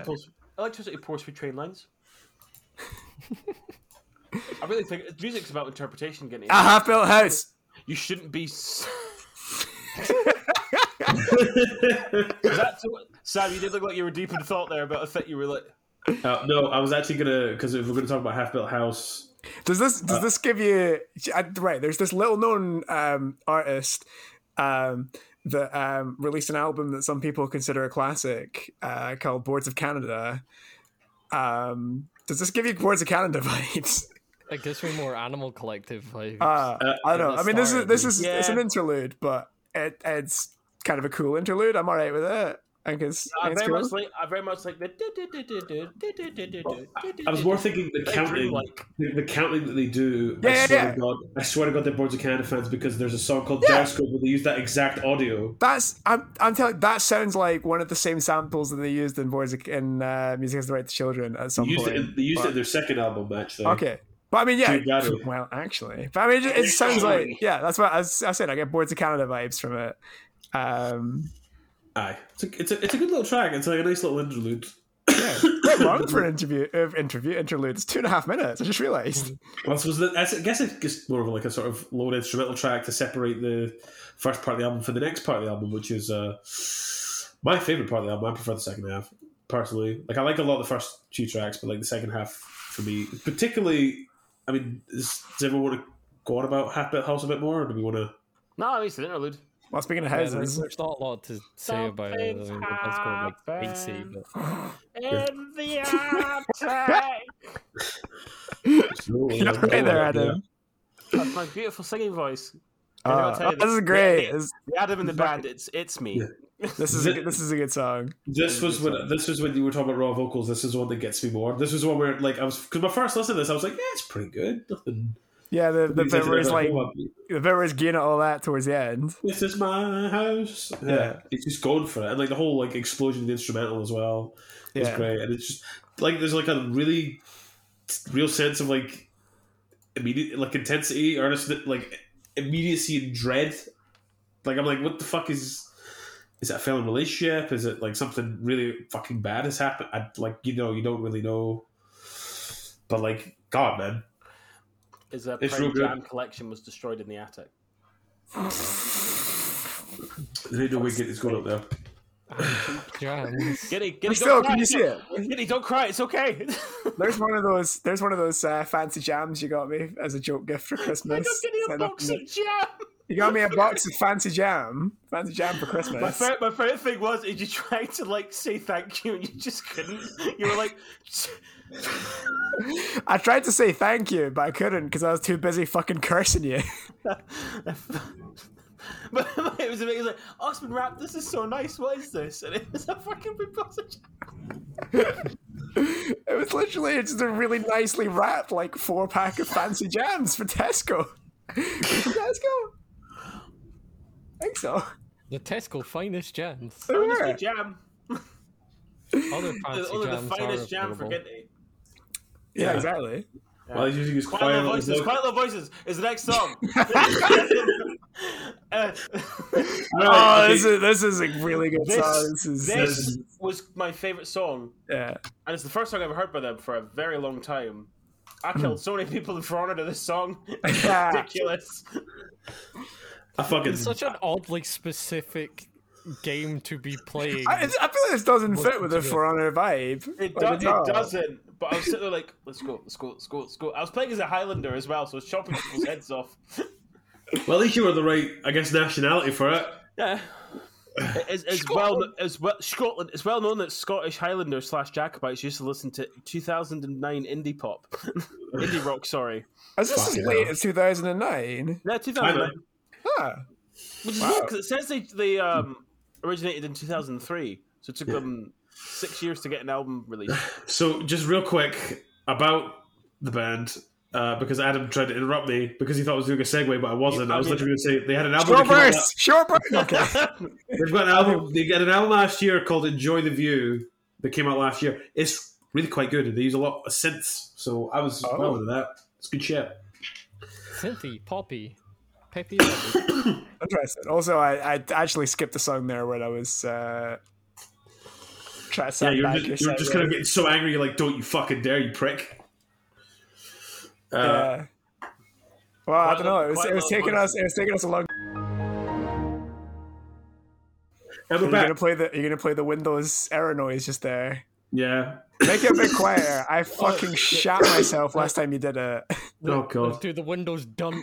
S2: Yeah.
S1: pours, electricity pours through train lines. I really think music's about interpretation. Getting
S2: A half-built house.
S1: you shouldn't be. s- That's what, Sam, you did look like you were deep in thought there about a thing you were like.
S3: Uh, no, I was actually gonna because if we're gonna talk about Half Built House,
S2: Does this does this give you I, right? There's this little known um, artist um, that um, released an album that some people consider a classic uh, called Boards of Canada. Um, does this give you Boards of Canada vibes?
S4: It gives me more animal collective vibes.
S2: Uh,
S3: Uh,
S2: I don't know.
S4: the
S2: I mean, this is
S4: start,
S2: this is it's
S1: yeah.
S2: an interlude, but it, it's kind of a cool interlude. I'm all right with it. I think it's, I
S1: I
S2: think it's
S1: very
S2: cool.
S1: much like. I very much like the. do- do- do- do- do- do- do- do- do- do- do-
S3: I was more thinking the
S1: Very
S3: counting,
S1: dreamlike.
S3: the, the counting that they do.
S2: Yeah, yeah,
S3: I swear
S2: yeah.
S3: to God, I swear to God, they're Boards of Canada fans because there's a song called
S2: Yeah.
S3: Dance Code where they use that exact audio.
S2: That's I'm I'm telling that sounds like one of the same samples that they used in Boards of, in uh, Music Has the Right to Children at
S3: They
S2: some
S3: used
S2: point.
S3: it. In, they used it in their second album, actually.
S2: Okay. But I mean, yeah.
S3: Dude, that is-
S2: Well, actually, but I mean, it, it sounds like yeah. That's what I, s- I said. I get boards of Canada vibes from it. Um,
S3: Aye, it's a, it's a it's a good little track. It's like a nice little interlude.
S2: quite long for an interview. Uh, interview interlude. It's two and a half minutes. I just realized.
S3: Well, this was the, I guess it's just more of like a sort of low instrumental track to separate the first part of the album from the next part of the album, which is uh, my favorite part of the album. I prefer the second half personally. Like I like a lot of the first few tracks, but like the second half for me, particularly. I mean, is, does everyone want to go on about Half Bit House a bit more, or do we want to?
S1: No, I mean, it's an interlude.
S2: Well, speaking of
S4: Yeah,
S2: houses,
S4: there's, there's not a lot to say about it. I
S1: Something's
S4: mean, it has got like AC,
S1: happened.
S4: but
S1: In the Arctic.
S2: you're right there, Adam.
S1: That's my beautiful singing voice.
S2: Uh,
S1: I'll tell you
S2: this is great. This,
S1: The Adam and the Band. It's it's me.
S2: this is a, good- this is a good song.
S3: This was when this was when you were talking about raw vocals. This is the one that gets me more. This was the one where like I was because my first listen to this, I was like, yeah, it's pretty good. Nothing.
S2: Yeah, the, the bit where it's like
S3: Oh, I'm-
S2: the bit where it's getting all that towards the end.
S3: This is my house. Yeah.
S2: Yeah.
S3: It's just going for it. And like the whole like explosion of the instrumental as well is
S2: Yeah.
S3: great. And it's just like there's like a really real sense of like immediate like intensity, earnest like immediacy and dread. Like I'm like, what the fuck is is it a failing relationship? Is it like something really fucking bad has happened? I, like you know, you don't really know. But like, God man.
S1: Is a
S3: It's
S1: Pearl
S3: real good.
S1: Jam collection was destroyed in the attic.
S3: The radio wicket is going up there.
S4: jams.
S1: Giddy, Giddy,
S2: still-
S1: don't cry.
S2: can you see it?
S1: Giddy, don't cry. It's okay.
S2: There's one of those. There's one of those uh, fancy jams you got me as a joke gift for
S1: I'm
S2: Christmas.
S1: getting a
S2: Send up
S1: box of jam.
S2: You got me a box of fancy jam, fancy jam for Christmas.
S1: My favorite, my favorite thing was is you tried to like say thank you and you just couldn't. You were like,
S2: I tried to say thank you, but I couldn't because I was too busy fucking cursing you.
S1: but it was amazing. It was like, Osman rap. This is so nice. What is this? And it was a fucking big box of jam.
S2: It was literally just a really nicely wrapped, like four pack of fancy jams for Tesco. From Tesco. I think so.
S4: the Tesco finest jams.
S2: They
S1: This
S2: were.
S1: is jam.
S4: Other fancy
S1: Only the
S4: jams are
S1: finest jam for
S4: available.
S1: Giddy.
S2: Yeah, exactly.
S3: Well, he's using his
S1: Quiet little
S3: quiet
S1: voices.
S3: little
S1: Quiet little voices is the next song. Uh,
S2: Oh,
S3: okay.
S2: this is this is a really good
S1: This-
S2: song. This is
S1: this was my favorite song,
S2: yeah.
S1: and it's the first song I've ever heard by them for a very long time. I killed so many people for honor to this song. It's ridiculous.
S3: I fucking
S4: It's such an oddly specific game to be playing.
S2: I, I feel like this doesn't fit with the
S4: to it.
S2: For Honor vibe. Like,
S1: It, does,
S2: it's
S1: it
S2: not.
S1: doesn't. But I was sitting there like, let's go, let's go, let's go, let's go. I was playing as a Highlander as well, so I was chopping people's heads off.
S3: Well, at least you were the right, I guess, nationality for it.
S1: Yeah. It's, it's well, it's well, Scotland. It's well known that Scottish Highlanders slash Jacobites used to listen to 2009 indie pop, indie rock. Sorry,
S2: Is this
S3: Fucking
S2: as late
S3: hell.
S2: as 2009?
S1: yeah, 2009.
S2: Huh.
S1: Which is
S2: Wow.
S1: weird 'cause it says they they um, originated in 2003, so it took them six years to get an album released.
S3: So, just real quick about the band, uh, because Adam tried to interrupt me because he thought I was doing a segue, but I wasn't. I was
S1: I mean-
S3: literally going to say they had an album.
S2: Short
S3: that came out
S2: burst. Short burst. Okay.
S3: la- They've got an album. They got an album last year called "Enjoy the View" that came out last year. It's really quite good. They use a lot of synths, so I was
S2: Oh.
S3: well with that. It's good shit.
S4: Cynthia, Poppy, Peppy. Poppy.
S2: Interesting. Also, I, I actually skipped a song there when I was uh,
S3: Yeah,
S2: trying to sound
S3: you're
S2: back
S3: just,
S2: your
S3: you're
S2: set
S3: just
S2: there.
S3: kind of getting so angry. You're like, "Don't you fucking dare, you prick!" Uh,
S2: Yeah. Well, I
S1: Quite
S2: don't know.
S1: a-
S2: It was,
S1: quite
S2: it
S1: a
S2: was
S1: lot of
S2: taking us. It was taking us a long.
S3: and
S2: You're
S3: we're
S2: gonna
S3: back.
S2: play the. You're gonna play the Windows error noise just there.
S3: Yeah.
S2: Make it a bit quieter. I fucking shat myself last time you did it.
S3: Oh god.
S4: Dude, the windows dump.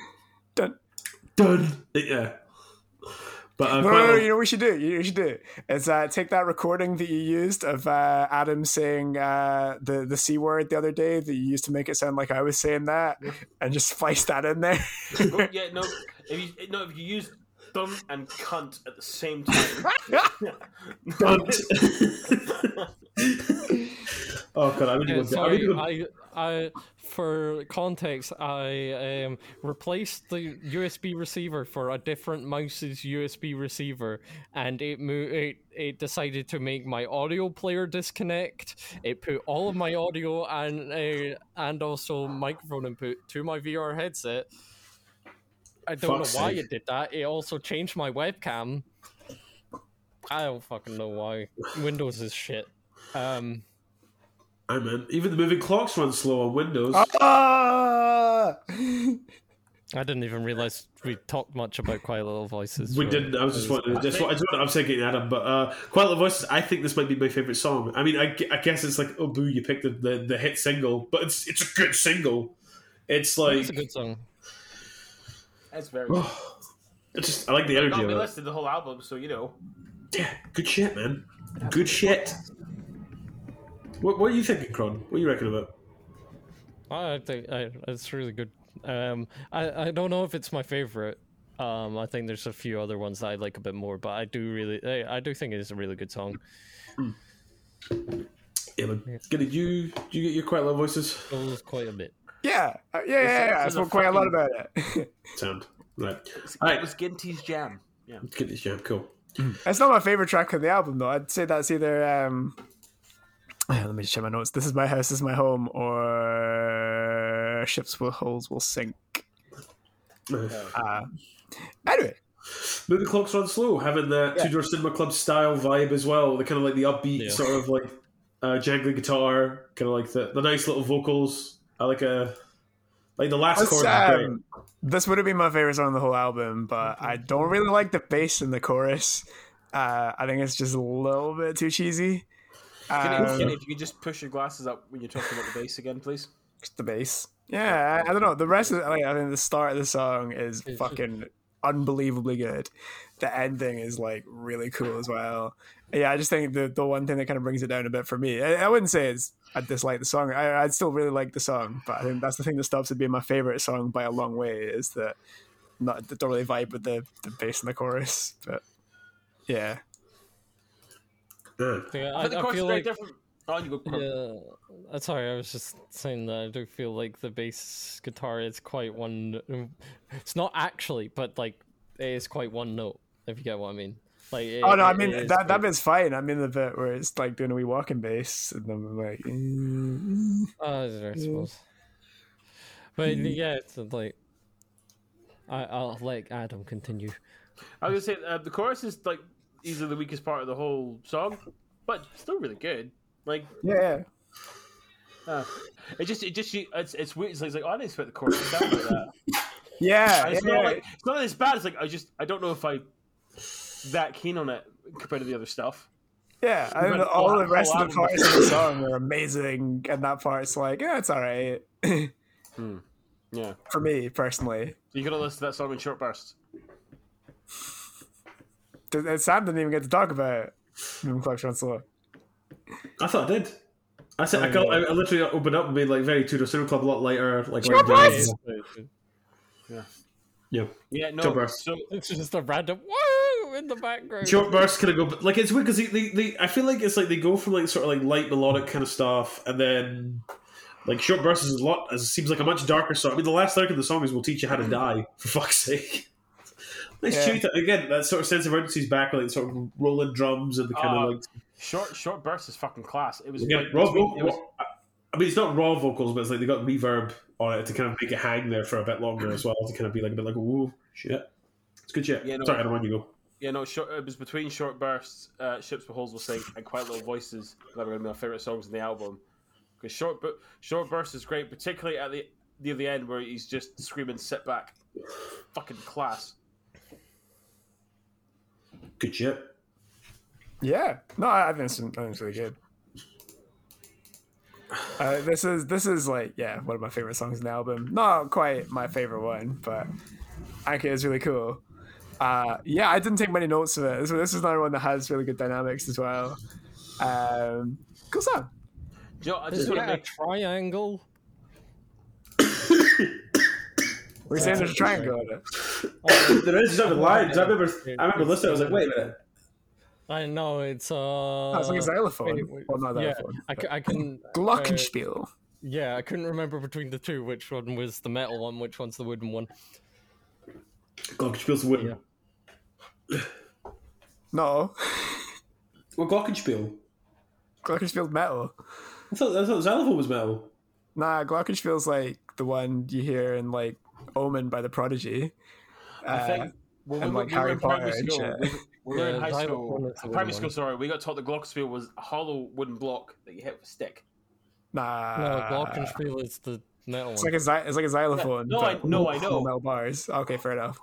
S2: Don't-
S3: Done. Yeah. But uh,
S2: No,
S3: quite
S2: no, no,
S3: a-
S2: you know what we should do? You know what we should do is uh, take that recording that you used of uh, Adam saying uh, the the c word the other day that you used to make it sound like I was saying that, and just splice that in there.
S1: Oh, yeah, no, if you no, if you use dumb and cunt at the same time,
S3: oh god, I need to
S4: Yeah,
S3: go. I need
S4: sorry,
S3: to go.
S4: I, I, for context, I um, replaced the USB receiver for a different mouse's USB receiver, and it, mo- it it decided to make my audio player disconnect. It put all of my audio and uh, and also microphone input to my VR headset. I don't
S3: Fuck's
S4: know why
S3: sake.
S4: it did that. It also changed my webcam. I don't fucking know why. Windows is shit. Um.
S3: Aye, man. Even the moving clocks run slow on Windows.
S2: Oh, Ah!
S4: I didn't even realize we talked much about Quiet Little Voices.
S3: we
S4: so-
S3: didn't. I was just wondering. Just, I just wanted- I'm saying it, Adam, but uh, Quiet Little Voices. I think this might be my favorite song. I mean, I, gu- I guess it's like, oh boo, you picked the, the, the hit single, but it's it's a good single. It's like
S4: It's a good song.
S1: that's very. Good.
S3: it's just I like the energy
S1: Not
S3: of
S1: we
S3: it.
S1: listed the whole album, so you know.
S3: Yeah, good shit, man. Good shit. What, what are you thinking, Cron? What are you reckon about?
S4: I think I, it's really good. Um, I, I don't know if it's my favorite. Um, I think there's a few other ones that I like a bit more, but I do really, I, I do think it is a really good song.
S3: Yeah, man. Get it? You do you get your Quiet Little Voices
S4: Goes quite a bit.
S2: yeah, Uh, yeah, yeah, yeah. yeah. I
S1: this is a
S2: spoke quite a lot about it.
S3: sound right? All
S1: It
S3: right,
S1: was Ginty's jam. Yeah.
S3: get this jam. Cool.
S2: That's not my favorite track on the album, though. I'd say that's either. Um, let me just check my notes. This is my house. This is my home. Or uh, ships with holes will sink. Uh, anyway,
S3: Movie clocks run slow, having that Tudor Cinema Club style vibe as well. The kind of like the upbeat,
S4: Yeah.
S3: sort of like uh, jangly guitar, kind of like the, the nice little vocals. I like a like the last
S2: This,
S3: chord. is great.
S2: um, this would have been my favorite song on the whole album, but I don't really like the bass in the chorus. Uh, I think it's just a little bit too cheesy.
S1: Ginny,
S2: Um,
S1: Ginny, if you could just push your glasses up when you're talking about the bass again, please.
S2: the bass. Yeah, I, I don't know. The rest of like, I think the start of the song is fucking unbelievably good. The ending is like really cool as well. Yeah, I just think the the one thing that kind of brings it down a bit for me. I, I wouldn't say it's I dislike the song. I I'd still really like the song, but I think that's the thing that stops it being my favorite song by a long way is that not don't really vibe with the the bass and the chorus, but. Yeah,
S3: Yeah.
S4: Yeah,
S1: But the
S4: I, I
S1: chorus is
S4: feel
S1: very
S4: like.
S1: different. Oh, you go.
S4: Yeah, uh, sorry, I was just saying that I do feel like the bass guitar is quite one. It's not actually, but like it is quite one note. If you get what I mean. Like, it-
S2: oh no, I
S4: it
S2: mean
S4: is
S2: that that
S4: good.
S2: bit's fine. I mean the bit where it's like
S4: Oh,
S2: doing a wee walking bass, and I'm like,
S4: Uh, I suppose. But yeah, it's like I, I'll let Adam continue.
S1: I was gonna say uh, the chorus is like easily the weakest part of the whole song, but still really good. Like uh,
S2: Yeah.
S1: it just, it just, it's, it's weird. It's like, it's like, oh, I didn't expect the chorus to sound like that.
S2: Yeah.
S1: It's
S2: yeah.
S1: not like it's not as bad. It's like I just, I don't know if I that keen on it compared to the other stuff.
S2: Yeah, I mean,
S1: went
S2: all
S1: all-
S2: the rest
S1: all
S2: of the
S1: out.
S2: parts of the song are amazing, and that part's like, yeah, it's all right
S1: Yeah,
S2: for me personally.
S1: so you gotta listen to that song in short bursts.
S2: Th- And Sam didn't even get to talk about Moon Club Chancellor.
S3: I thought I did. I said I, got, I, I literally opened up and made like very Tudor Cinema Club a lot lighter. Like
S2: Sure
S3: right
S2: was!
S3: now. yeah.
S1: Yeah, no.
S3: Short bursts.
S1: So
S4: It's just a random woo in the background.
S3: Short bursts kind of go like it's weird because they, they, they I feel like it's like they go for like sort of like light melodic kind of stuff and then like short bursts is a lot as seems like a much darker song. I mean the last lyric of the song is "We'll teach you how to die." For fuck's sake. Nice
S2: Yeah.
S3: cheery t- again. That sort of sense of urgency is back, like sort of rolling drums and the kind
S1: Uh,
S3: of like
S1: short, short bursts is fucking class. It was,
S3: Yeah,
S1: like,
S3: raw
S1: it was- it was-
S3: vocal- I mean, it's not raw vocals, but it's like they got reverb on it to kind of make it hang there for a bit longer as well to kind of be like a bit like, whoa, shit. It's good shit.
S1: Yeah, no.
S3: Sorry, I don't want you to go.
S1: Yeah, no, short, it was between short bursts, uh, ships with holes will sink, and quite little voices. That were going to be my favorite songs in the album. Because short, bu- short burst is great, particularly at the near the end where he's just screaming "sit back," fucking class.
S3: Good shit.
S2: Yeah, no, I I think it's, I think it's really good. Uh, this is this is like yeah one of my favorite songs in the album. Not quite my favorite one, but I think it was really cool. Uh, yeah, I didn't take many notes of it. So this is another one that has really good dynamics as well. Um, cool song.
S1: Do you know, I
S4: Is
S1: just want
S4: that
S1: to
S4: a
S1: make
S4: triangle?
S2: We're saying there's a triangle in it.
S3: there is seven lines. I remember, I remember listening. I was like, wait a minute.
S4: I know it's uh.
S2: Oh, it's like a xylophone.
S4: wait, wait.
S2: Well, not a
S4: yeah,
S2: xylophone.
S4: I, c- I can. uh,
S2: Glockenspiel.
S4: yeah, I couldn't remember between the two which one was the metal one, which one's the wooden one.
S3: Glockenspiel's wooden.
S4: Yeah.
S2: No,
S3: Well, Glockenspiel.
S2: Glockenspiel's metal.
S3: I thought, I thought Xylophone was metal.
S2: Nah, Glockenspiel's like the one you hear in like Omen by the Prodigy. Uh,
S1: I
S3: uh,
S1: think when we,
S2: and
S1: were-
S2: like
S1: we were
S2: Harry
S1: in primary
S2: Potter and
S1: school,
S2: shit.
S1: we, we were
S4: Yeah,
S1: in high
S4: Xylophone
S1: school,
S4: is the wooden
S1: primary school.
S4: one.
S1: Sorry, we got taught that glockenspiel was a hollow wooden block that you hit with a stick.
S2: Nah,
S4: No, Glockenspiel is the metal
S2: Ah. It's
S4: one.
S2: like a xy- it's like a xylophone.
S1: No, I-
S2: but
S1: no, I
S2: with
S1: know.
S2: full metal bars. Okay, fair enough.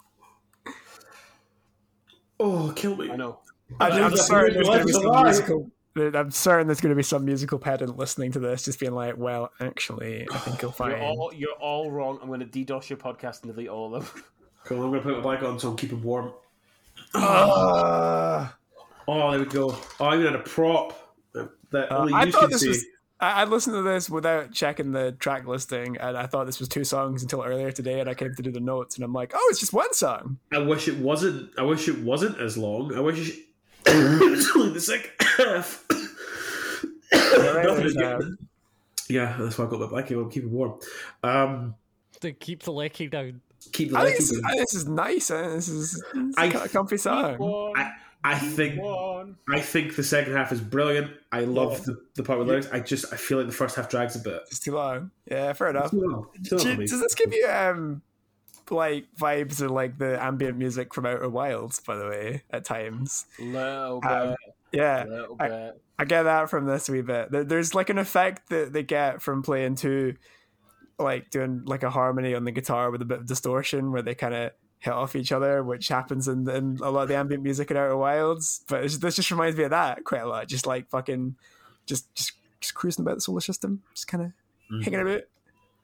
S3: Oh, kill me.
S1: I know.
S2: I,
S3: I
S2: am
S3: just-
S2: certain there's gonna be
S3: It's a
S2: some
S3: lie.
S2: musical. I'm certain there's gonna be some musical pedant listening to this, just being like, "Well, actually, I think you'll
S1: You're
S2: find."
S1: all you're all wrong. I'm going to DDoS your podcast and delete all of them.
S3: Cool, I'm going to put my blanket on so I'm keeping warm.
S2: Ugh.
S3: Oh, there we go. Oh, I even had a prop that
S2: Uh,
S3: only you
S2: I
S3: can
S2: thought this
S3: see.
S2: was. I I listened to this without checking the track listing, and I thought this was two songs until earlier today. And I came to do the notes, and I'm like, "Oh, it's just one song."
S3: I wish it wasn't. I wish it wasn't as long. I wish it's only the second half. Nothing
S2: Right,
S3: to
S2: uh,
S3: get- yeah, that's why I got my blanket. on. keep it warm. Um,
S4: to keep the lecky down.
S3: keep the
S2: I
S3: blanket.
S2: think this is, I think this is nice. I think this is it's
S3: I-
S2: a comfy song.
S1: One,
S3: I, I think
S1: one.
S3: I think the second half is brilliant. I love the, the part with lyrics. I just I feel like the first half drags a bit.
S2: It's too long. Yeah, fair enough.
S3: Too long. Too long
S2: Do
S3: for
S2: you-
S3: me.
S2: does this give you um like vibes of like the ambient music from Outer Wilds? By the way, at times,
S1: Little bit,
S2: Um, yeah,
S1: little
S2: I-
S1: bit.
S2: I get that from this wee bit. There, there's like an effect that they get from playing to like doing like a harmony on the guitar with a bit of distortion where they kind of hit off each other, which happens in, in a lot of the ambient music in Outer Wilds. But it's, this just reminds me of that quite a lot. Just like fucking, just just just cruising about the solar system, just kind of
S3: Mm.
S2: hanging about.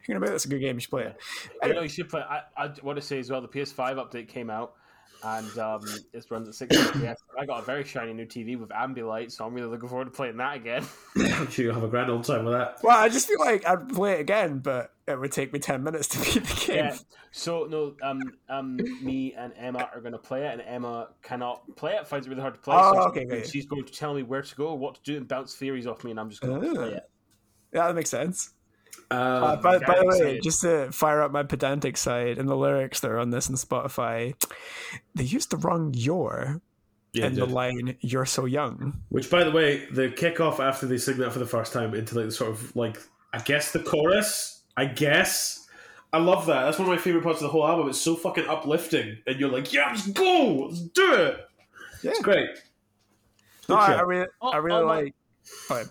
S2: Hanging about. That's a good game. You should play it.
S1: You know, you should play. I, I want to say as well, the PS5 update came out, and um, it runs at 60 FPS. I got a very shiny new TV with Ambilight, so I'm really looking forward to playing that again.
S3: I'm sure you'll have a grand old time with that.
S2: Well, I just feel like I'd play it again, but it would take me ten minutes to beat the game.
S1: Yeah. So no, um, um, me and Emma are going to play it, and Emma cannot play it. Finds it really hard to play.
S2: Oh,
S1: so
S2: okay, okay.
S1: She's going to tell me where to go, what to do, and bounce theories off me, and I'm just going to
S2: Oh.
S1: play it.
S2: Yeah, that makes sense.
S3: Um,
S2: Uh, by, by the way,
S1: excited.
S2: just to fire up my pedantic side, and the lyrics that are on this on Spotify, they used the wrong "your"
S3: yeah,
S2: in the
S3: dude.
S2: line "You're so young."
S3: Which, by the way, the kickoff after they sing that for the first time into like the sort of like I guess the chorus, I guess, I love that. That's one of my favorite parts of the whole album. It's so fucking uplifting, and you're like, yeah, let's go, let's do it.
S2: Yeah.
S3: It's great.
S2: No,
S3: Good
S2: I, I
S3: show.
S2: really, I
S1: Oh,
S2: really
S1: oh my-
S2: like. Sorry.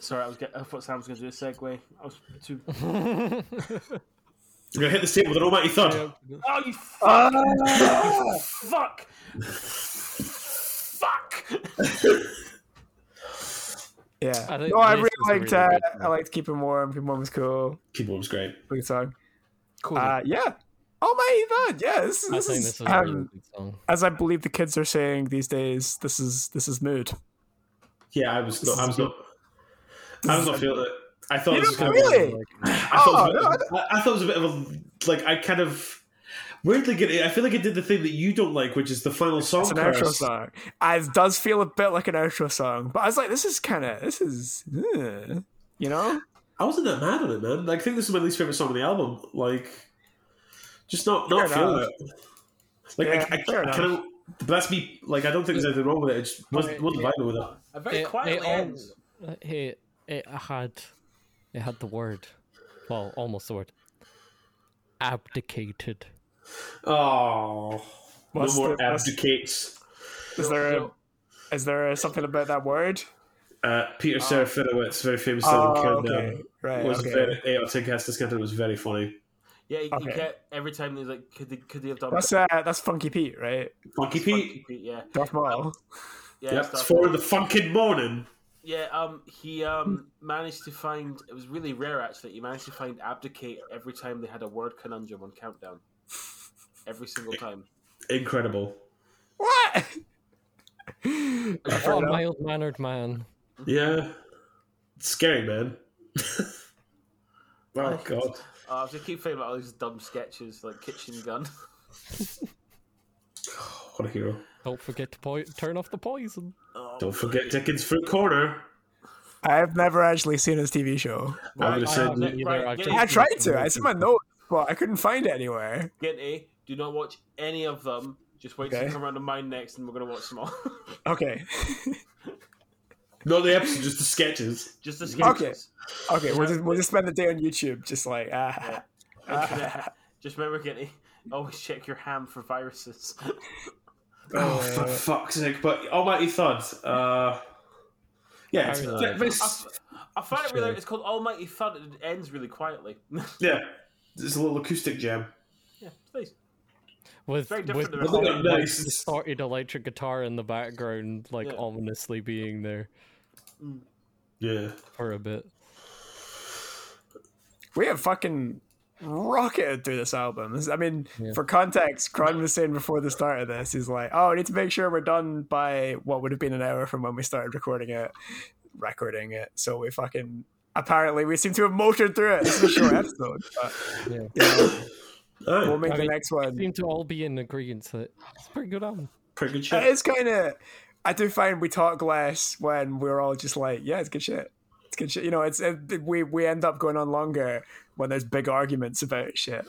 S1: Sorry, I was. Get, I thought Sam was going to do a segue. I was too.
S3: You're gonna hit the table with an almighty thud.
S1: Oh, you f- fuck! Fuck!
S2: yeah.
S4: I think
S2: no, I really
S4: this was a
S2: liked.
S4: really
S2: uh,
S4: good
S2: I liked keeping warm. Keeping warm was cool.
S3: Keyboard's great.
S2: Good song.
S4: Cool.
S2: Uh, yeah. Oh my god. Yeah. This,
S4: I
S2: this
S4: think
S2: is,
S4: this is a
S2: um,
S4: really good song.
S2: as I believe the kids are saying these days. This is this is mood.
S3: Yeah, I was not. I was not. I was not feeling it. I thought
S2: You
S3: this was
S2: don't
S3: kind of.
S2: really.
S3: I thought, it
S2: Oh,
S3: was a bit of a, I I thought it was a bit of a like I kind of weirdly get it. I feel like it did the thing that you don't like, which is the final song.
S2: It's an
S3: chorus.
S2: outro song. I- It does feel a bit like an outro song, but I was like, this is kind of this is, uh, you know,
S3: I wasn't that mad at it, man. Like, I think this is my least favorite song on the album. Like, just not not
S2: Fair
S3: feeling
S2: enough.
S3: it. Like,
S2: Yeah,
S3: I,
S2: fair
S3: I, I kind of. But that's me. Like, I don't think there's anything wrong with it. It just wasn't, wasn't vibing with it.
S1: I very
S4: It- it
S1: quietly
S4: all-
S1: ends.
S4: It, it had it had the word, well, almost the word, abdicated.
S3: Oh, no
S2: What's
S3: more
S2: the- what's-
S3: abdicates.
S2: is there a, is there something about that word?
S3: Uh, Peter Serafinowicz, very famous
S2: Oh,
S3: Southern Countdown,
S2: okay, right,
S3: uh, was
S2: okay.
S3: very aortic discounted. Was very funny.
S1: Yeah, you,
S2: Okay.
S1: you get every time he's like, could they, could they have done
S2: That's uh, that's Funky Pete, right?
S3: Funky
S1: Fucking
S3: Pete.
S1: Pete, Yeah,
S2: Darth Maul.
S1: yeah,
S3: Yep,
S1: stuff.
S3: it's four in the fucking morning.
S1: yeah. Um, he um managed to find. It was really rare actually. He managed to find abdicate every time they had a word conundrum on countdown. Every single time.
S3: Incredible.
S2: What?
S4: What a mild mannered Oh, man.
S3: Yeah. It's scary, man. oh, God.
S1: Uh, I was just keep thinking about all these dumb sketches like kitchen gun.
S3: What a hero.
S4: Don't forget to po- turn off the poison.
S3: Don't forget Dickens Fruit Corner.
S2: I have never actually seen his TV show.
S3: I'm going to send
S1: Right,
S3: you.
S4: either. I've
S1: get
S4: just-
S2: I
S1: it.
S2: tried to. I sent my notes, but I couldn't find it anywhere.
S1: Get A, do not watch any of them. Just wait till
S2: Okay.
S1: you come around to mine next, and we're gonna watch them all.
S2: Okay.
S3: Not the episode, just the sketches.
S1: just the sketches.
S2: Okay, we'll just we'll just spend the day on YouTube, just like ah,
S1: Okay. Just remember, Guinea, always check your ham for viruses.
S3: Oh, for fuck's sake. But Almighty Thud. Uh, yeah. It's,
S4: I really like
S3: very
S1: I,
S3: s-
S1: f- I find it really. It's called Almighty Thud. and It ends really quietly.
S3: yeah. It's a little acoustic jam.
S1: yeah, please.
S4: With,
S1: Very
S4: with
S1: different than
S4: the
S1: a
S3: Look
S1: song.
S3: at
S4: like,
S3: nice. It's-
S4: distorted electric guitar in the background, like
S1: Yeah.
S4: ominously being there
S3: Yeah.
S4: for a bit.
S2: we have fucking rocketed through this album. This- I mean,
S4: Yeah.
S2: for context, Cron was saying before the start of this, he's like, "Oh, I need to make sure we're done by what would have been an hour from when we started recording it, recording it." So we fucking apparently we seem to have motored through it. This is a short episode, but
S4: Yeah.
S3: Oh,
S2: we'll make
S4: I
S2: the
S4: mean,
S2: next one.
S4: Seem to all be in agreement that it's a pretty good album.
S3: pretty good
S2: It
S3: shit.
S2: is kind of. I do find we talk less when we're all just like, yeah, it's good shit. It's good shit. You know, it's it, we we end up going on longer when there's big arguments about shit.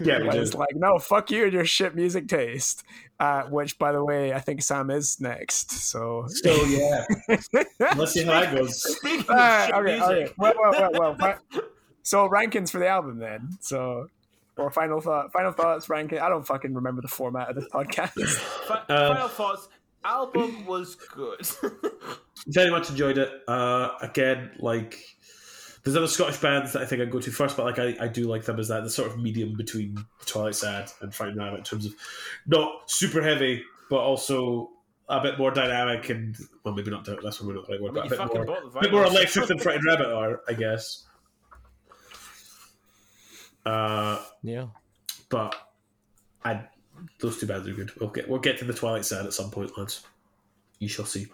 S3: Yeah, we
S2: When
S3: do.
S2: it's like, no, fuck you and your shit music taste. Uh, which, by the way, I think Sam is next. So.
S3: So, yeah. Let's see how that goes.
S1: Speaking of
S2: Alright,
S1: shit
S2: ah, okay,
S1: music,
S2: okay. Well, well, well, well. fi- So rankings for the album then. So, or final thought, final thoughts, ranking. I don't fucking remember the format of this podcast.
S1: fi-
S3: Uh,
S1: final thoughts. Album was good.
S3: very much enjoyed it. Uh, again, like there's other Scottish bands that I think I go to first, but like I, I do like them as that the sort of medium between Twilight Sad and Frightened Rabbit in terms of not super heavy, but also a bit more dynamic and well, maybe not. dy- That's probably not the right word,
S1: But
S3: but a
S1: you
S3: bit
S1: fucking
S3: more,
S1: bought the
S3: a bit more
S1: vinyls.
S3: electric than Frightened Rabbit are, I guess. Uh,
S4: Yeah.
S3: but I those two bands are good. We'll get we'll get to the Twilight Sad at some point, lads. You shall see.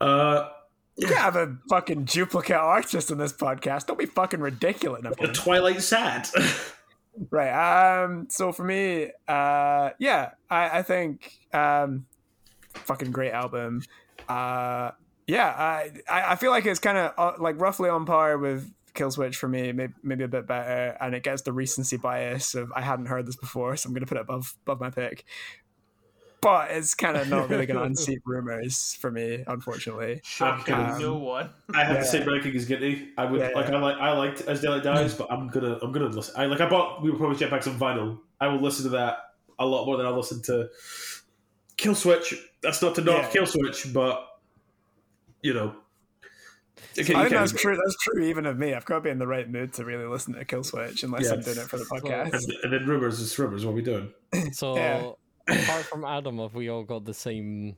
S3: Uh,
S2: You can't have a fucking duplicate artist in this podcast. Don't be fucking ridiculous.
S3: the Twilight Sad.
S2: Right. Um. So for me, uh, yeah, I, I think um, fucking great album. Uh, yeah, I I I feel like it's kind of uh, like roughly on par with Killswitch for me, maybe, maybe a bit better, and it gets the recency bias of I hadn't heard this before, so I'm gonna put it above above my pick. but it's kind of not really going to unseat rumors for me, unfortunately.
S1: Shocking
S2: Um,
S1: no one.
S3: I have
S2: Yeah.
S3: the same ranking as Guinea. I would
S2: Yeah,
S3: like. I like. I liked As Daylight Dies, but I'm gonna. I'm gonna listen. I like. I bought. We were probably jetpacks on vinyl. I will listen to that a lot more than I listen to Kill Switch. That's not to knock
S2: Yeah.
S3: Kill Switch, but you know. Again,
S2: I
S3: you
S2: think
S3: can't-
S2: that's true. That's true even of me. I've got to be in the right mood to really listen to Kill Switch unless
S3: Yeah.
S2: I'm doing it for the podcast.
S3: and, and then rumors is rumors. What are we doing?
S4: So
S2: Yeah.
S4: apart from Adam, have we all got the same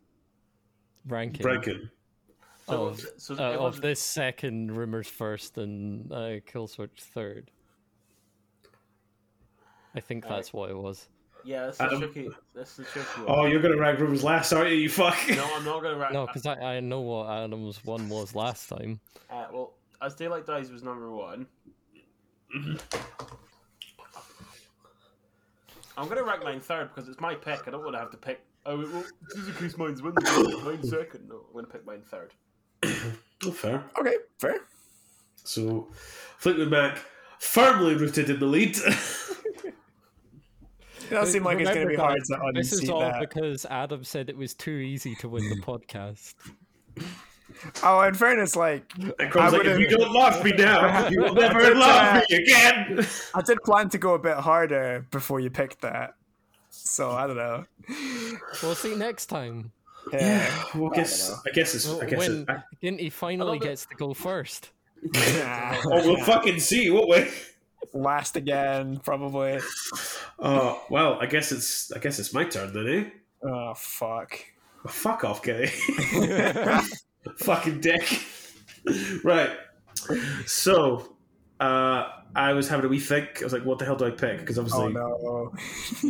S4: ranking
S3: Ranking.
S1: So,
S4: Oh,
S1: so
S4: uh, of
S1: everyone's-
S4: this second, rumors first, and uh, kill switch third? I think that's what it was.
S1: yeah, that's the
S3: Adam-
S1: tricky. That's the tricky one.
S3: Oh, you're gonna rank rumors last, aren't you? You fuck.
S1: No, I'm not gonna. Ra-
S4: No, because I, I know what Adam's one was last time.
S1: uh, well, as daylight dies was number one.
S3: Mm-hmm.
S1: I'm gonna rank mine third because it's my pick. I don't want to have to pick. Oh, well, just in case mine's winning, mine's second. No, I'm gonna pick mine third.
S3: Oh, fair.
S2: Okay, fair.
S3: So Fleetwood Mac firmly rooted in the lead.
S2: It does seem like it's going to be
S4: Remember,
S2: hard to
S4: guys, This is
S2: unseat
S4: all
S2: that.
S4: because Adam said it was too easy to win the podcast.
S2: Oh, in fairness, like
S3: And Crom's
S2: I
S3: like, if
S2: would've-
S3: you don't love me now, you will never
S2: That's,
S3: love
S2: uh,
S3: me again.
S2: I did plan to go a bit harder before you picked that. So I don't know.
S4: We'll see next time.
S2: Yeah.
S3: Well, I guess I guess it's I guess
S4: When
S3: it, I,
S4: Ginty finally
S1: bit-
S4: gets to go first.
S3: oh we'll fucking see, won't we?
S2: Last again, probably.
S3: Oh well, I guess it's I guess it's my turn then, eh?
S2: Oh fuck. Oh,
S3: Well, fuck off, Kenny. fucking dick. right. So uh, I was having a wee think. I was like, what the hell do I pick? Because
S2: Oh
S3: obviously
S2: no.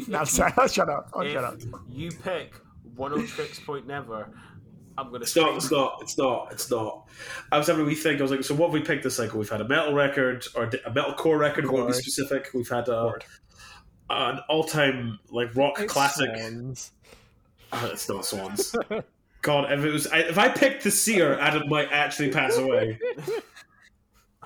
S2: no, I'm sorry. I'll shut up. I'll shut up.
S1: If you pick 106 point never, I'm gonna.
S3: It's not.
S1: scream.
S3: It's not. It's not. It's not. I was having a wee think. I was like, so what have we picked this cycle? We've had a metal record or a di- a metal core record. What to be
S2: Chord.
S3: specific? We've had a, an all-time like rock
S4: It's
S3: classic.
S4: Swans.
S3: Uh, it's not Swans. God, if it was, I, if I picked the Seer, Adam might actually pass away.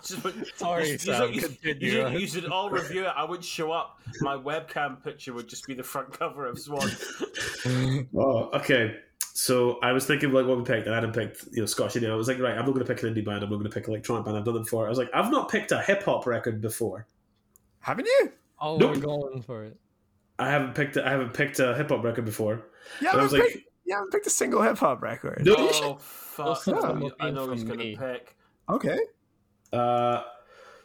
S1: Just put-
S4: Sorry,
S1: you,
S4: Sam,
S1: should- you should,
S4: continue
S1: you should-
S4: on.
S1: you should all review it. I would show up. My webcam picture would just be the front cover of Swan.
S3: Oh, okay. So I was thinking like what we picked, and Adam picked you know Scottish indie. I was like, right, I'm not going to pick an indie band. I'm not going to pick an electronic band. I've done them before. I was like, I've not picked a hip hop record before.
S2: Haven't you?
S4: Oh,
S3: Nope.
S4: we're going for it.
S3: I haven't picked. A, I haven't picked a hip hop record before.
S2: Yeah,
S3: And I
S2: I
S3: was
S2: picked,
S3: like,
S2: yeah, I picked a single hip hop record.
S3: no.
S1: Oh fuck!
S4: Listen to
S1: I
S4: my
S1: know- I know
S4: being
S1: he's
S4: from
S1: gonna
S4: me.
S1: pick.
S2: Okay.
S3: Uh,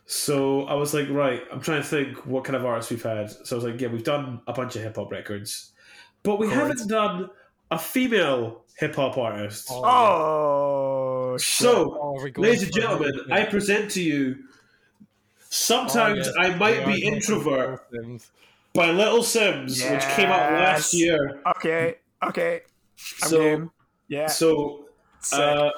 S3: so I was like, right, I'm trying to think what kind of artists we've had. So I was like, yeah, we've done a bunch of hip hop records, but we haven't done a female hip hop artist.
S2: Oh.
S3: so,
S4: Oh, we're going
S3: ladies and
S4: for it.
S3: gentlemen, I present to you. Sometimes
S4: Oh, yes,
S3: I might
S4: we
S3: be
S4: are going for
S3: introvert
S4: Little Sims.
S3: by Little Sims, which came out last
S2: Yes.
S3: year.
S2: shit. Okay. Okay. I'm
S3: so,
S2: game. Yeah.
S3: so
S2: sick.
S3: Uh,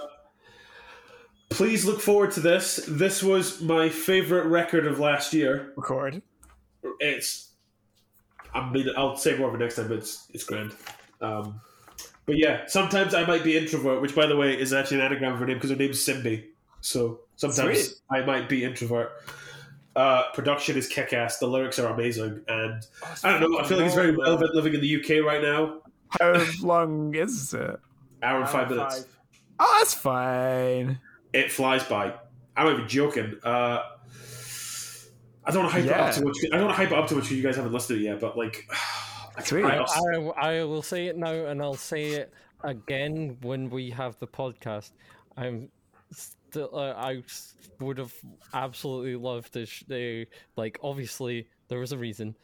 S3: please look forward to this. This was my favorite record of last year.
S2: record.
S3: It's, I mean, I'll say more of it next time, but it's it's grand. Um, but yeah, sometimes I might be introvert, which by the way is actually an anagram of her name because her name's Simbi. So sometimes
S2: Sweet.
S3: I might be introvert. Uh, production is kick ass. The lyrics are amazing, and I don't know. I feel like it's very relevant living in the UK right now.
S2: How long is it?
S3: Hour and five
S1: Round
S3: minutes.
S1: five.
S2: Oh, that's fine.
S3: it flies by. I'm not even joking. Uh, I don't want to hype it
S2: Yeah.
S3: up too much. I don't want to hype it up too much. 'cause You guys haven't listened to it yet, but like,
S2: Sweet.
S3: I-
S4: I, I will say it now, and I'll say it again when we have the podcast. I'm still. Uh, I s- would have absolutely loved if sh- they like. Obviously, there was a reason.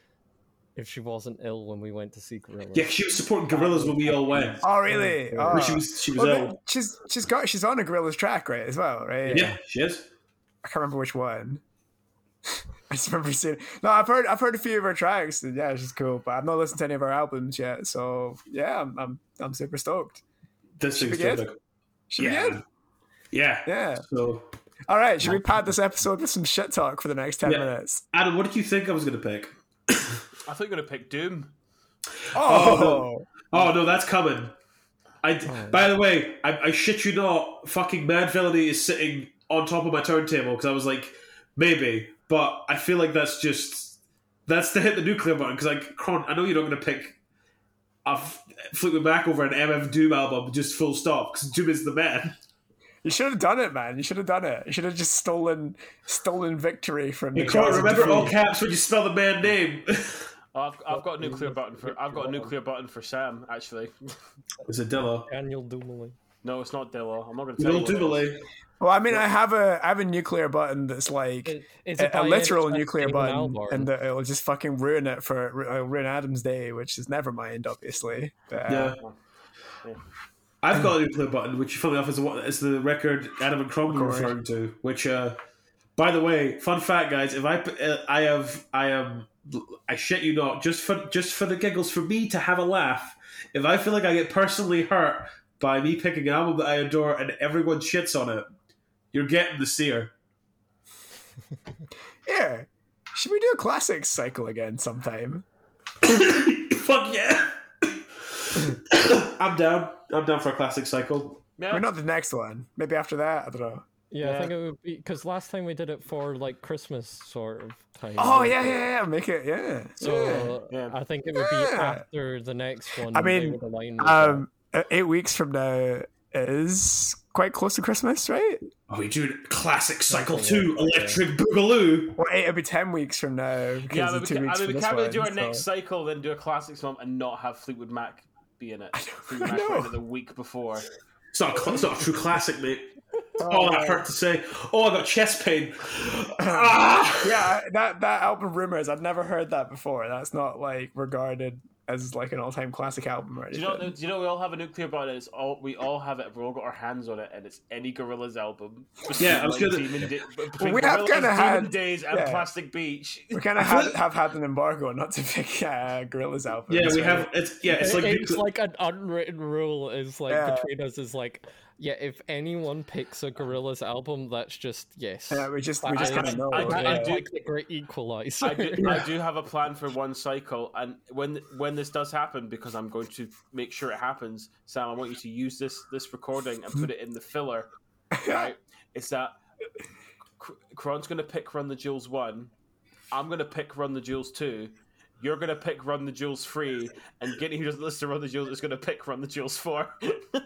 S4: If she wasn't ill when we went to see Gorilla,
S3: yeah, she was supporting gorillas when we all went.
S2: Oh, really?
S3: When
S2: Oh.
S3: She was she was
S2: Well,
S3: ill.
S2: then she's she's got she's on a gorilla's track right as well, right?
S3: Yeah, she is.
S2: I can't remember which one. I just remember seeing. No, I've heard I've heard a few of her tracks. And yeah, she's cool, but I've not listened to any of her albums yet. So yeah, I'm I'm, I'm super stoked.
S3: This
S2: Should
S3: thing's
S2: we get-
S3: terrific.
S2: Should
S3: Yeah.
S2: be good.
S3: Yeah.
S2: Yeah.
S3: So,
S2: All right. Should we pad this episode with some shit talk for the next ten
S3: Yeah.
S2: minutes?
S3: Adam, what did you think I was going to pick?
S1: I thought you were gonna pick Doom.
S2: Oh,
S3: Oh no, that's coming. I. By the way, I, I shit you not. Fucking Mad Villainy is sitting on top of my turntable because I was like, maybe, but I feel like that's just that's to hit the nuclear button because like, Cron, I know you're not going to pick a F- Fleetwood Mac over an MF Doom album, just full stop, because Doom is the man.
S2: You should have done it, man. You should have done it. You should have just stolen stolen victory from
S3: You
S2: the
S3: can't
S2: jaws of
S3: remember all
S2: defeat.
S3: caps when you spell the man name.
S1: Oh, I've, I've got a nuclear button for I've got a nuclear button for Sam actually.
S3: Is it Dillo?
S4: Daniel Dumoulin.
S1: No, it's not Dillo. I'm not going to tell
S3: Little
S1: you. what it is.
S3: Double
S2: Well, I mean, I have a I have a nuclear button that's like
S4: It- It's
S2: a, a
S4: bionic
S2: literal
S4: touch
S2: nuclear
S4: Damon
S2: button,
S4: Albarn.
S2: and that it'll just fucking ruin it for it'll ruin Adam's day, which is never mind, obviously. But, uh,
S3: Yeah. I've got a nuclear button, which funnily enough is the, one, is the record Adam and Cromwell were
S2: course.
S3: referring to. Which, uh, by the way, fun fact, guys, if I p- uh, I have I am I shit you not just for just for the giggles for me to have a laugh. If I feel like I get personally hurt by me picking an album that I adore and everyone shits on it, you're getting the seer.
S2: yeah. Should we do a classics cycle again sometime?
S3: Fuck yeah! I'm down. I'm down for a classic cycle.
S1: Yeah.
S2: We're not the next one. Maybe after that, I don't know.
S4: Yeah,
S1: Yeah.
S4: I think it would be because last time we did it for like Christmas sort of time.
S2: Oh
S4: right?
S2: yeah, yeah, yeah. Make it, yeah. yeah.
S4: So
S1: Yeah.
S4: I think it would be
S2: Yeah.
S4: after the next one.
S2: I
S4: they
S2: mean,
S4: would align with that.
S2: Um, uh, eight weeks from now is quite close to Christmas, right?
S3: Oh, we do classic cycle
S4: Nothing
S3: two,
S4: like that.
S3: electric boogaloo.
S2: Well, eight, it'll be ten weeks from now. Because
S1: Yeah, I
S2: of
S1: mean, we
S2: two
S1: can, I
S2: weeks from
S1: mean, we
S2: this
S1: can't really do
S2: one,
S1: our next
S2: so-
S1: cycle, then do a classics one and not have Fleetwood Mac be in it. Fleetwood Mac
S2: know.
S1: were in it the week before.
S3: It's not, a, cl- it's not a true classic, mate. Oh, that hurt to say. Oh, I got chest pain. ah!
S2: yeah, I- that that album rumors. I'd never heard that before. That's not like regarded as like an all-time classic album or
S1: Do
S2: anything.
S1: you know? Do you know? We all have a nuclear button. and It's all we all have it. We all got our hands on it, and it's any Gorilla's album.
S3: Yeah, I was gonna-
S1: Between, like, Demon Day- between
S2: We have
S1: Gorillaz,
S2: kinda
S1: Demon
S2: had-
S1: days and
S2: yeah.
S1: Plastic Beach.
S2: we kind of had, have had an embargo not to pick uh, Gorilla's album.
S3: Yeah, we have. It's yeah. It's
S4: It-
S3: like,
S4: it's like an unwritten rule is like
S2: Yeah.
S4: between us is like yeah if anyone picks a gorilla's album that's just yes
S2: Yeah, we just we just
S1: I-
S2: kind of know.
S1: I-
S4: That
S1: I
S4: is
S1: do-
S4: like the great equalizer
S1: I do, I do have a plan for one cycle, and when when this does happen, because I'm going to make sure it happens, Sam, I want you to use this this recording and put it in the filler. Right? It's that Cr- Cron's going to pick Run the Jewels one. I'm going to pick Run the Jewels two. You're going to pick Run the Jewels three, and Guinea, who doesn't listen to Run the Jewels, is going to pick Run the Jewels four.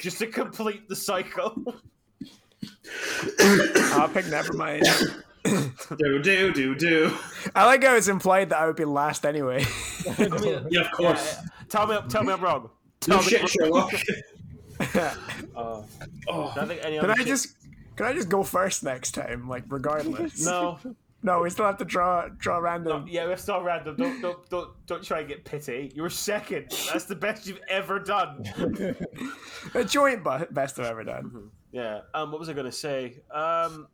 S1: Just to complete the cycle.
S2: I'll pick Nevermind.
S3: do do do do.
S2: I like how it's implied that I would be last anyway.
S1: I mean,
S3: Yeah, of course.
S1: tell me, tell me I'm wrong.
S3: No shit, Sherlock.
S1: Uh,
S3: Oh,
S1: I think any
S2: Can
S1: other
S2: I
S1: shit-
S2: just can I just go first next time? Like regardless.
S1: no.
S2: no, we still have to draw draw random.
S1: Yeah, we're still random. Don't don't don't don't try and get pity. You were second. That's the best you've ever done.
S2: A joint bu- best I've ever done.
S1: Yeah. Um. What was I gonna say? Um.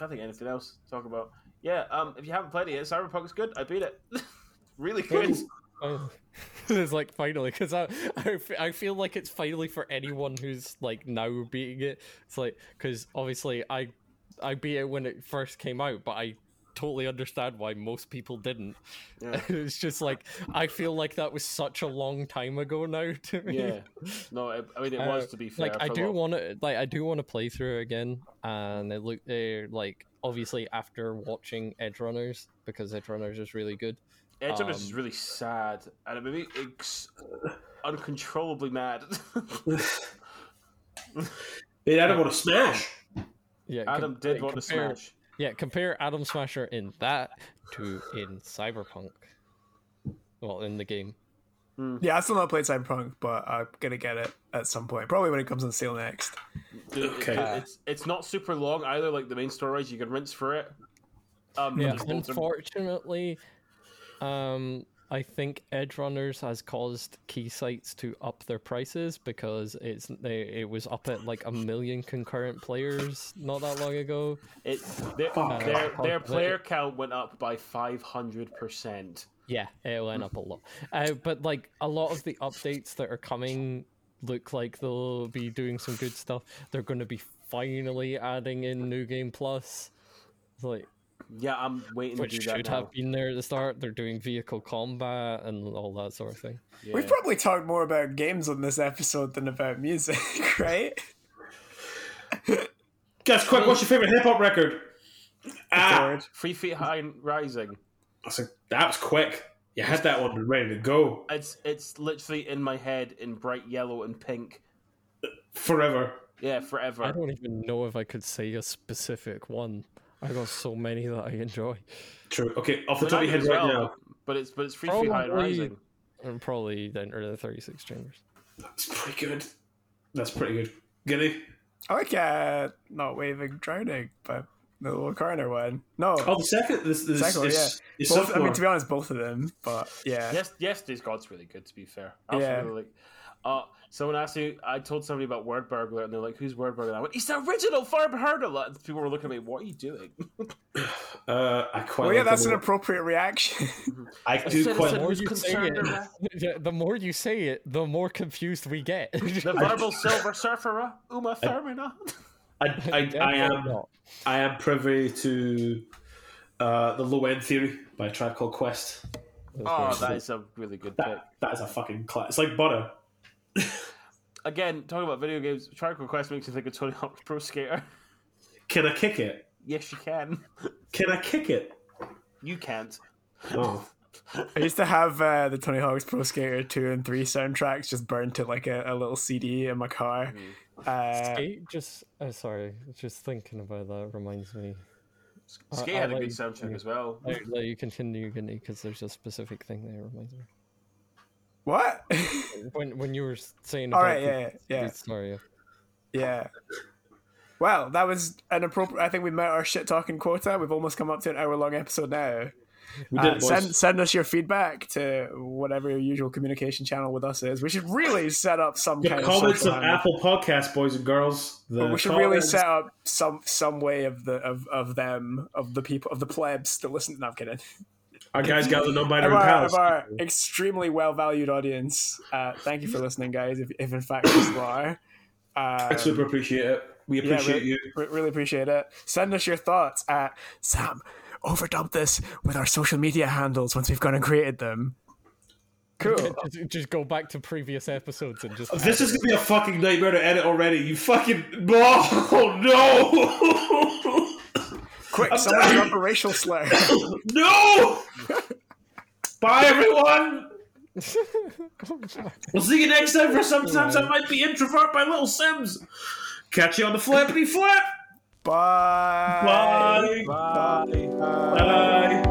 S1: I think anything else to talk about. Yeah. Um. If you haven't played it yet, Cyberpunk's good. I beat it. really good.
S4: Oh. it's like finally because I, I f- I feel like it's finally for anyone who's like now beating it it's like because obviously i i beat it when it first came out but i totally understand why most people didn't
S1: Yeah.
S4: it's just like i feel like that was such a long time ago now to me
S1: Yeah. No. I, I mean, it was
S4: Uh,
S1: to be fair.
S4: like I
S1: for a
S4: do
S1: lot.
S4: want to like I do want to play through it again, and it look uh, like obviously after watching Edge Runners because Edge Runners is really good.
S1: Edge of Us is
S4: um,
S1: really sad, and it made me ex- uncontrollably mad.
S3: man, I don't want to smash.
S4: Yeah, com-
S1: Adam did
S4: like,
S1: want to
S4: compare-
S1: smash.
S4: Yeah, compare Adam Smasher in that to in Cyberpunk. Well, in the game.
S1: Mm-hmm.
S2: Yeah, I still not played Cyberpunk, but I'm gonna get it at some point. Probably when it comes on sale next.
S1: Dude, it-
S3: Okay.
S1: it- it's it's not super long either. Like the main stories, you can rinse for it. Um,
S4: Yeah,
S1: there's loads of-
S4: unfortunately, um, I think Edge Runners has caused key sites to up their prices because it's they, it was up at like a million concurrent players not that long ago.
S1: It, their,
S3: Fuck.
S1: their,
S4: Fuck.
S1: their player count went up by 500%.
S4: Yeah, it went up a lot. Uh, but like a lot of the updates that are coming look like they'll be doing some good stuff. They're going to be finally adding in New Game Plus, like
S1: Yeah, I'm waiting
S4: which
S1: to do that.
S4: should
S1: now.
S4: have been there at the start. They're doing vehicle combat and all that sort of thing.
S1: Yeah.
S2: We've probably talked more about games on this episode than about music, right?
S3: Guys, quick! What's your favorite hip hop record? Ah,
S2: Ford.
S1: Three Feet High and Rising.
S3: that's a, that was quick. You had that one ready to go
S1: It's it's literally in my head in bright yellow and pink.
S3: forever.
S1: Yeah,
S4: I
S1: forever.
S4: don't even know if I could say a specific one. I got so many that I enjoy.
S3: True. Okay, off the
S1: But
S3: top of your
S1: I do
S3: head
S1: as
S3: right
S1: well,
S3: now,
S1: But it's but it's free free high and
S4: Probably-
S1: rising.
S4: And probably then or the 36 chambers.
S3: it's pretty good. That's pretty good. Guinea.
S2: I like uh, not waving drowning, but the little corner one. No,
S3: Oh, the second. This, this
S2: Second one,
S3: is,
S2: yeah.
S3: is
S2: both, I mean
S3: sophomore.
S2: to be honest, both of them. But yeah,
S1: Yes, yesterday's God's really good. To be fair, I was
S2: Yeah.
S1: really like, uh, someone asked me. I told somebody about Word Burglar, and they're like, "Who's Word Burglar?" And I went, "He's the original Farb Hurdler." And people were looking at me, "What are you doing?"
S3: uh, I quite.
S2: well, yeah,
S3: like the
S2: that's an
S3: little-
S2: appropriate reaction.
S3: I do
S1: said- I
S3: quite.
S1: said- who's
S4: you say
S1: concerned
S4: it-
S1: about-
S4: Yeah, the more you say it, the more confused we get.
S1: The verbal silver surfer, Uma Thurmina.
S3: I, I, I
S4: Definitely
S3: am.
S4: not.
S3: I am privy to uh, the low end theory by a Tribe Called Quest.
S1: oh, that is a really good pick.
S3: That that is a fucking class. It's like butter.
S1: Again, talking about video games, Triangle Quest makes you think of Tony Hawk's Pro Skater.
S3: Can I kick it?
S1: yes, you can.
S3: Can I kick it?
S1: You can't.
S3: Oh,
S2: I used to have uh, the Tony Hawk's Pro Skater two and three soundtracks just burned to like a, a little CD in my car. Uh,
S4: Skate just oh, sorry, just thinking about that reminds me.
S1: Skate
S4: I
S1: had a
S4: like-
S1: good soundtrack as well.
S4: No, no, you continue, continue, because there's a specific thing there. Reminds me
S2: what?
S4: when when you were s- saying.
S2: All
S4: about
S2: right,
S4: the-
S2: yeah, yeah,
S4: the- Sorry.
S2: yeah. Well, that was an appropriate. I think we met our shit talking quota. We've almost come up to an hour long episode now.
S3: we
S2: Uh,
S3: did it, boys.
S2: send send us your feedback to whatever your usual communication channel with us is. We should really set up some
S3: the
S2: kind of
S3: comments
S2: social
S3: on
S2: handle.
S3: Apple Podcasts, boys and girls. The
S2: we should really
S3: comments-
S2: set up some some way of the of, of them of the people of the plebs to listen. No, I'm kidding.
S3: our guys got the
S2: Of
S3: non-binary
S2: our, of
S3: pals.
S2: our extremely well valued audience, uh, thank you for listening, guys. If, if in fact you still are,
S3: I
S2: uh,
S3: super appreciate it. We
S2: yeah,
S3: appreciate
S2: re-
S3: you.
S2: re- really appreciate it. Send us your thoughts at Sam. Overdump this with our social media handles once we've gone and created them. Cool.
S4: Just, just go back to previous episodes and just.
S2: Oh,
S3: This is gonna be a fucking nightmare to edit already. You fucking oh
S2: Quick,
S3: I'm
S2: someone
S3: dying.
S2: drop a racial slur.
S3: no no. Bye everyone. We'll see you next time for sometimes I might be introvert by Little Sims. Catch you on the flippity flip.
S2: Bye.
S3: Bye.
S1: Bye.
S3: Bye.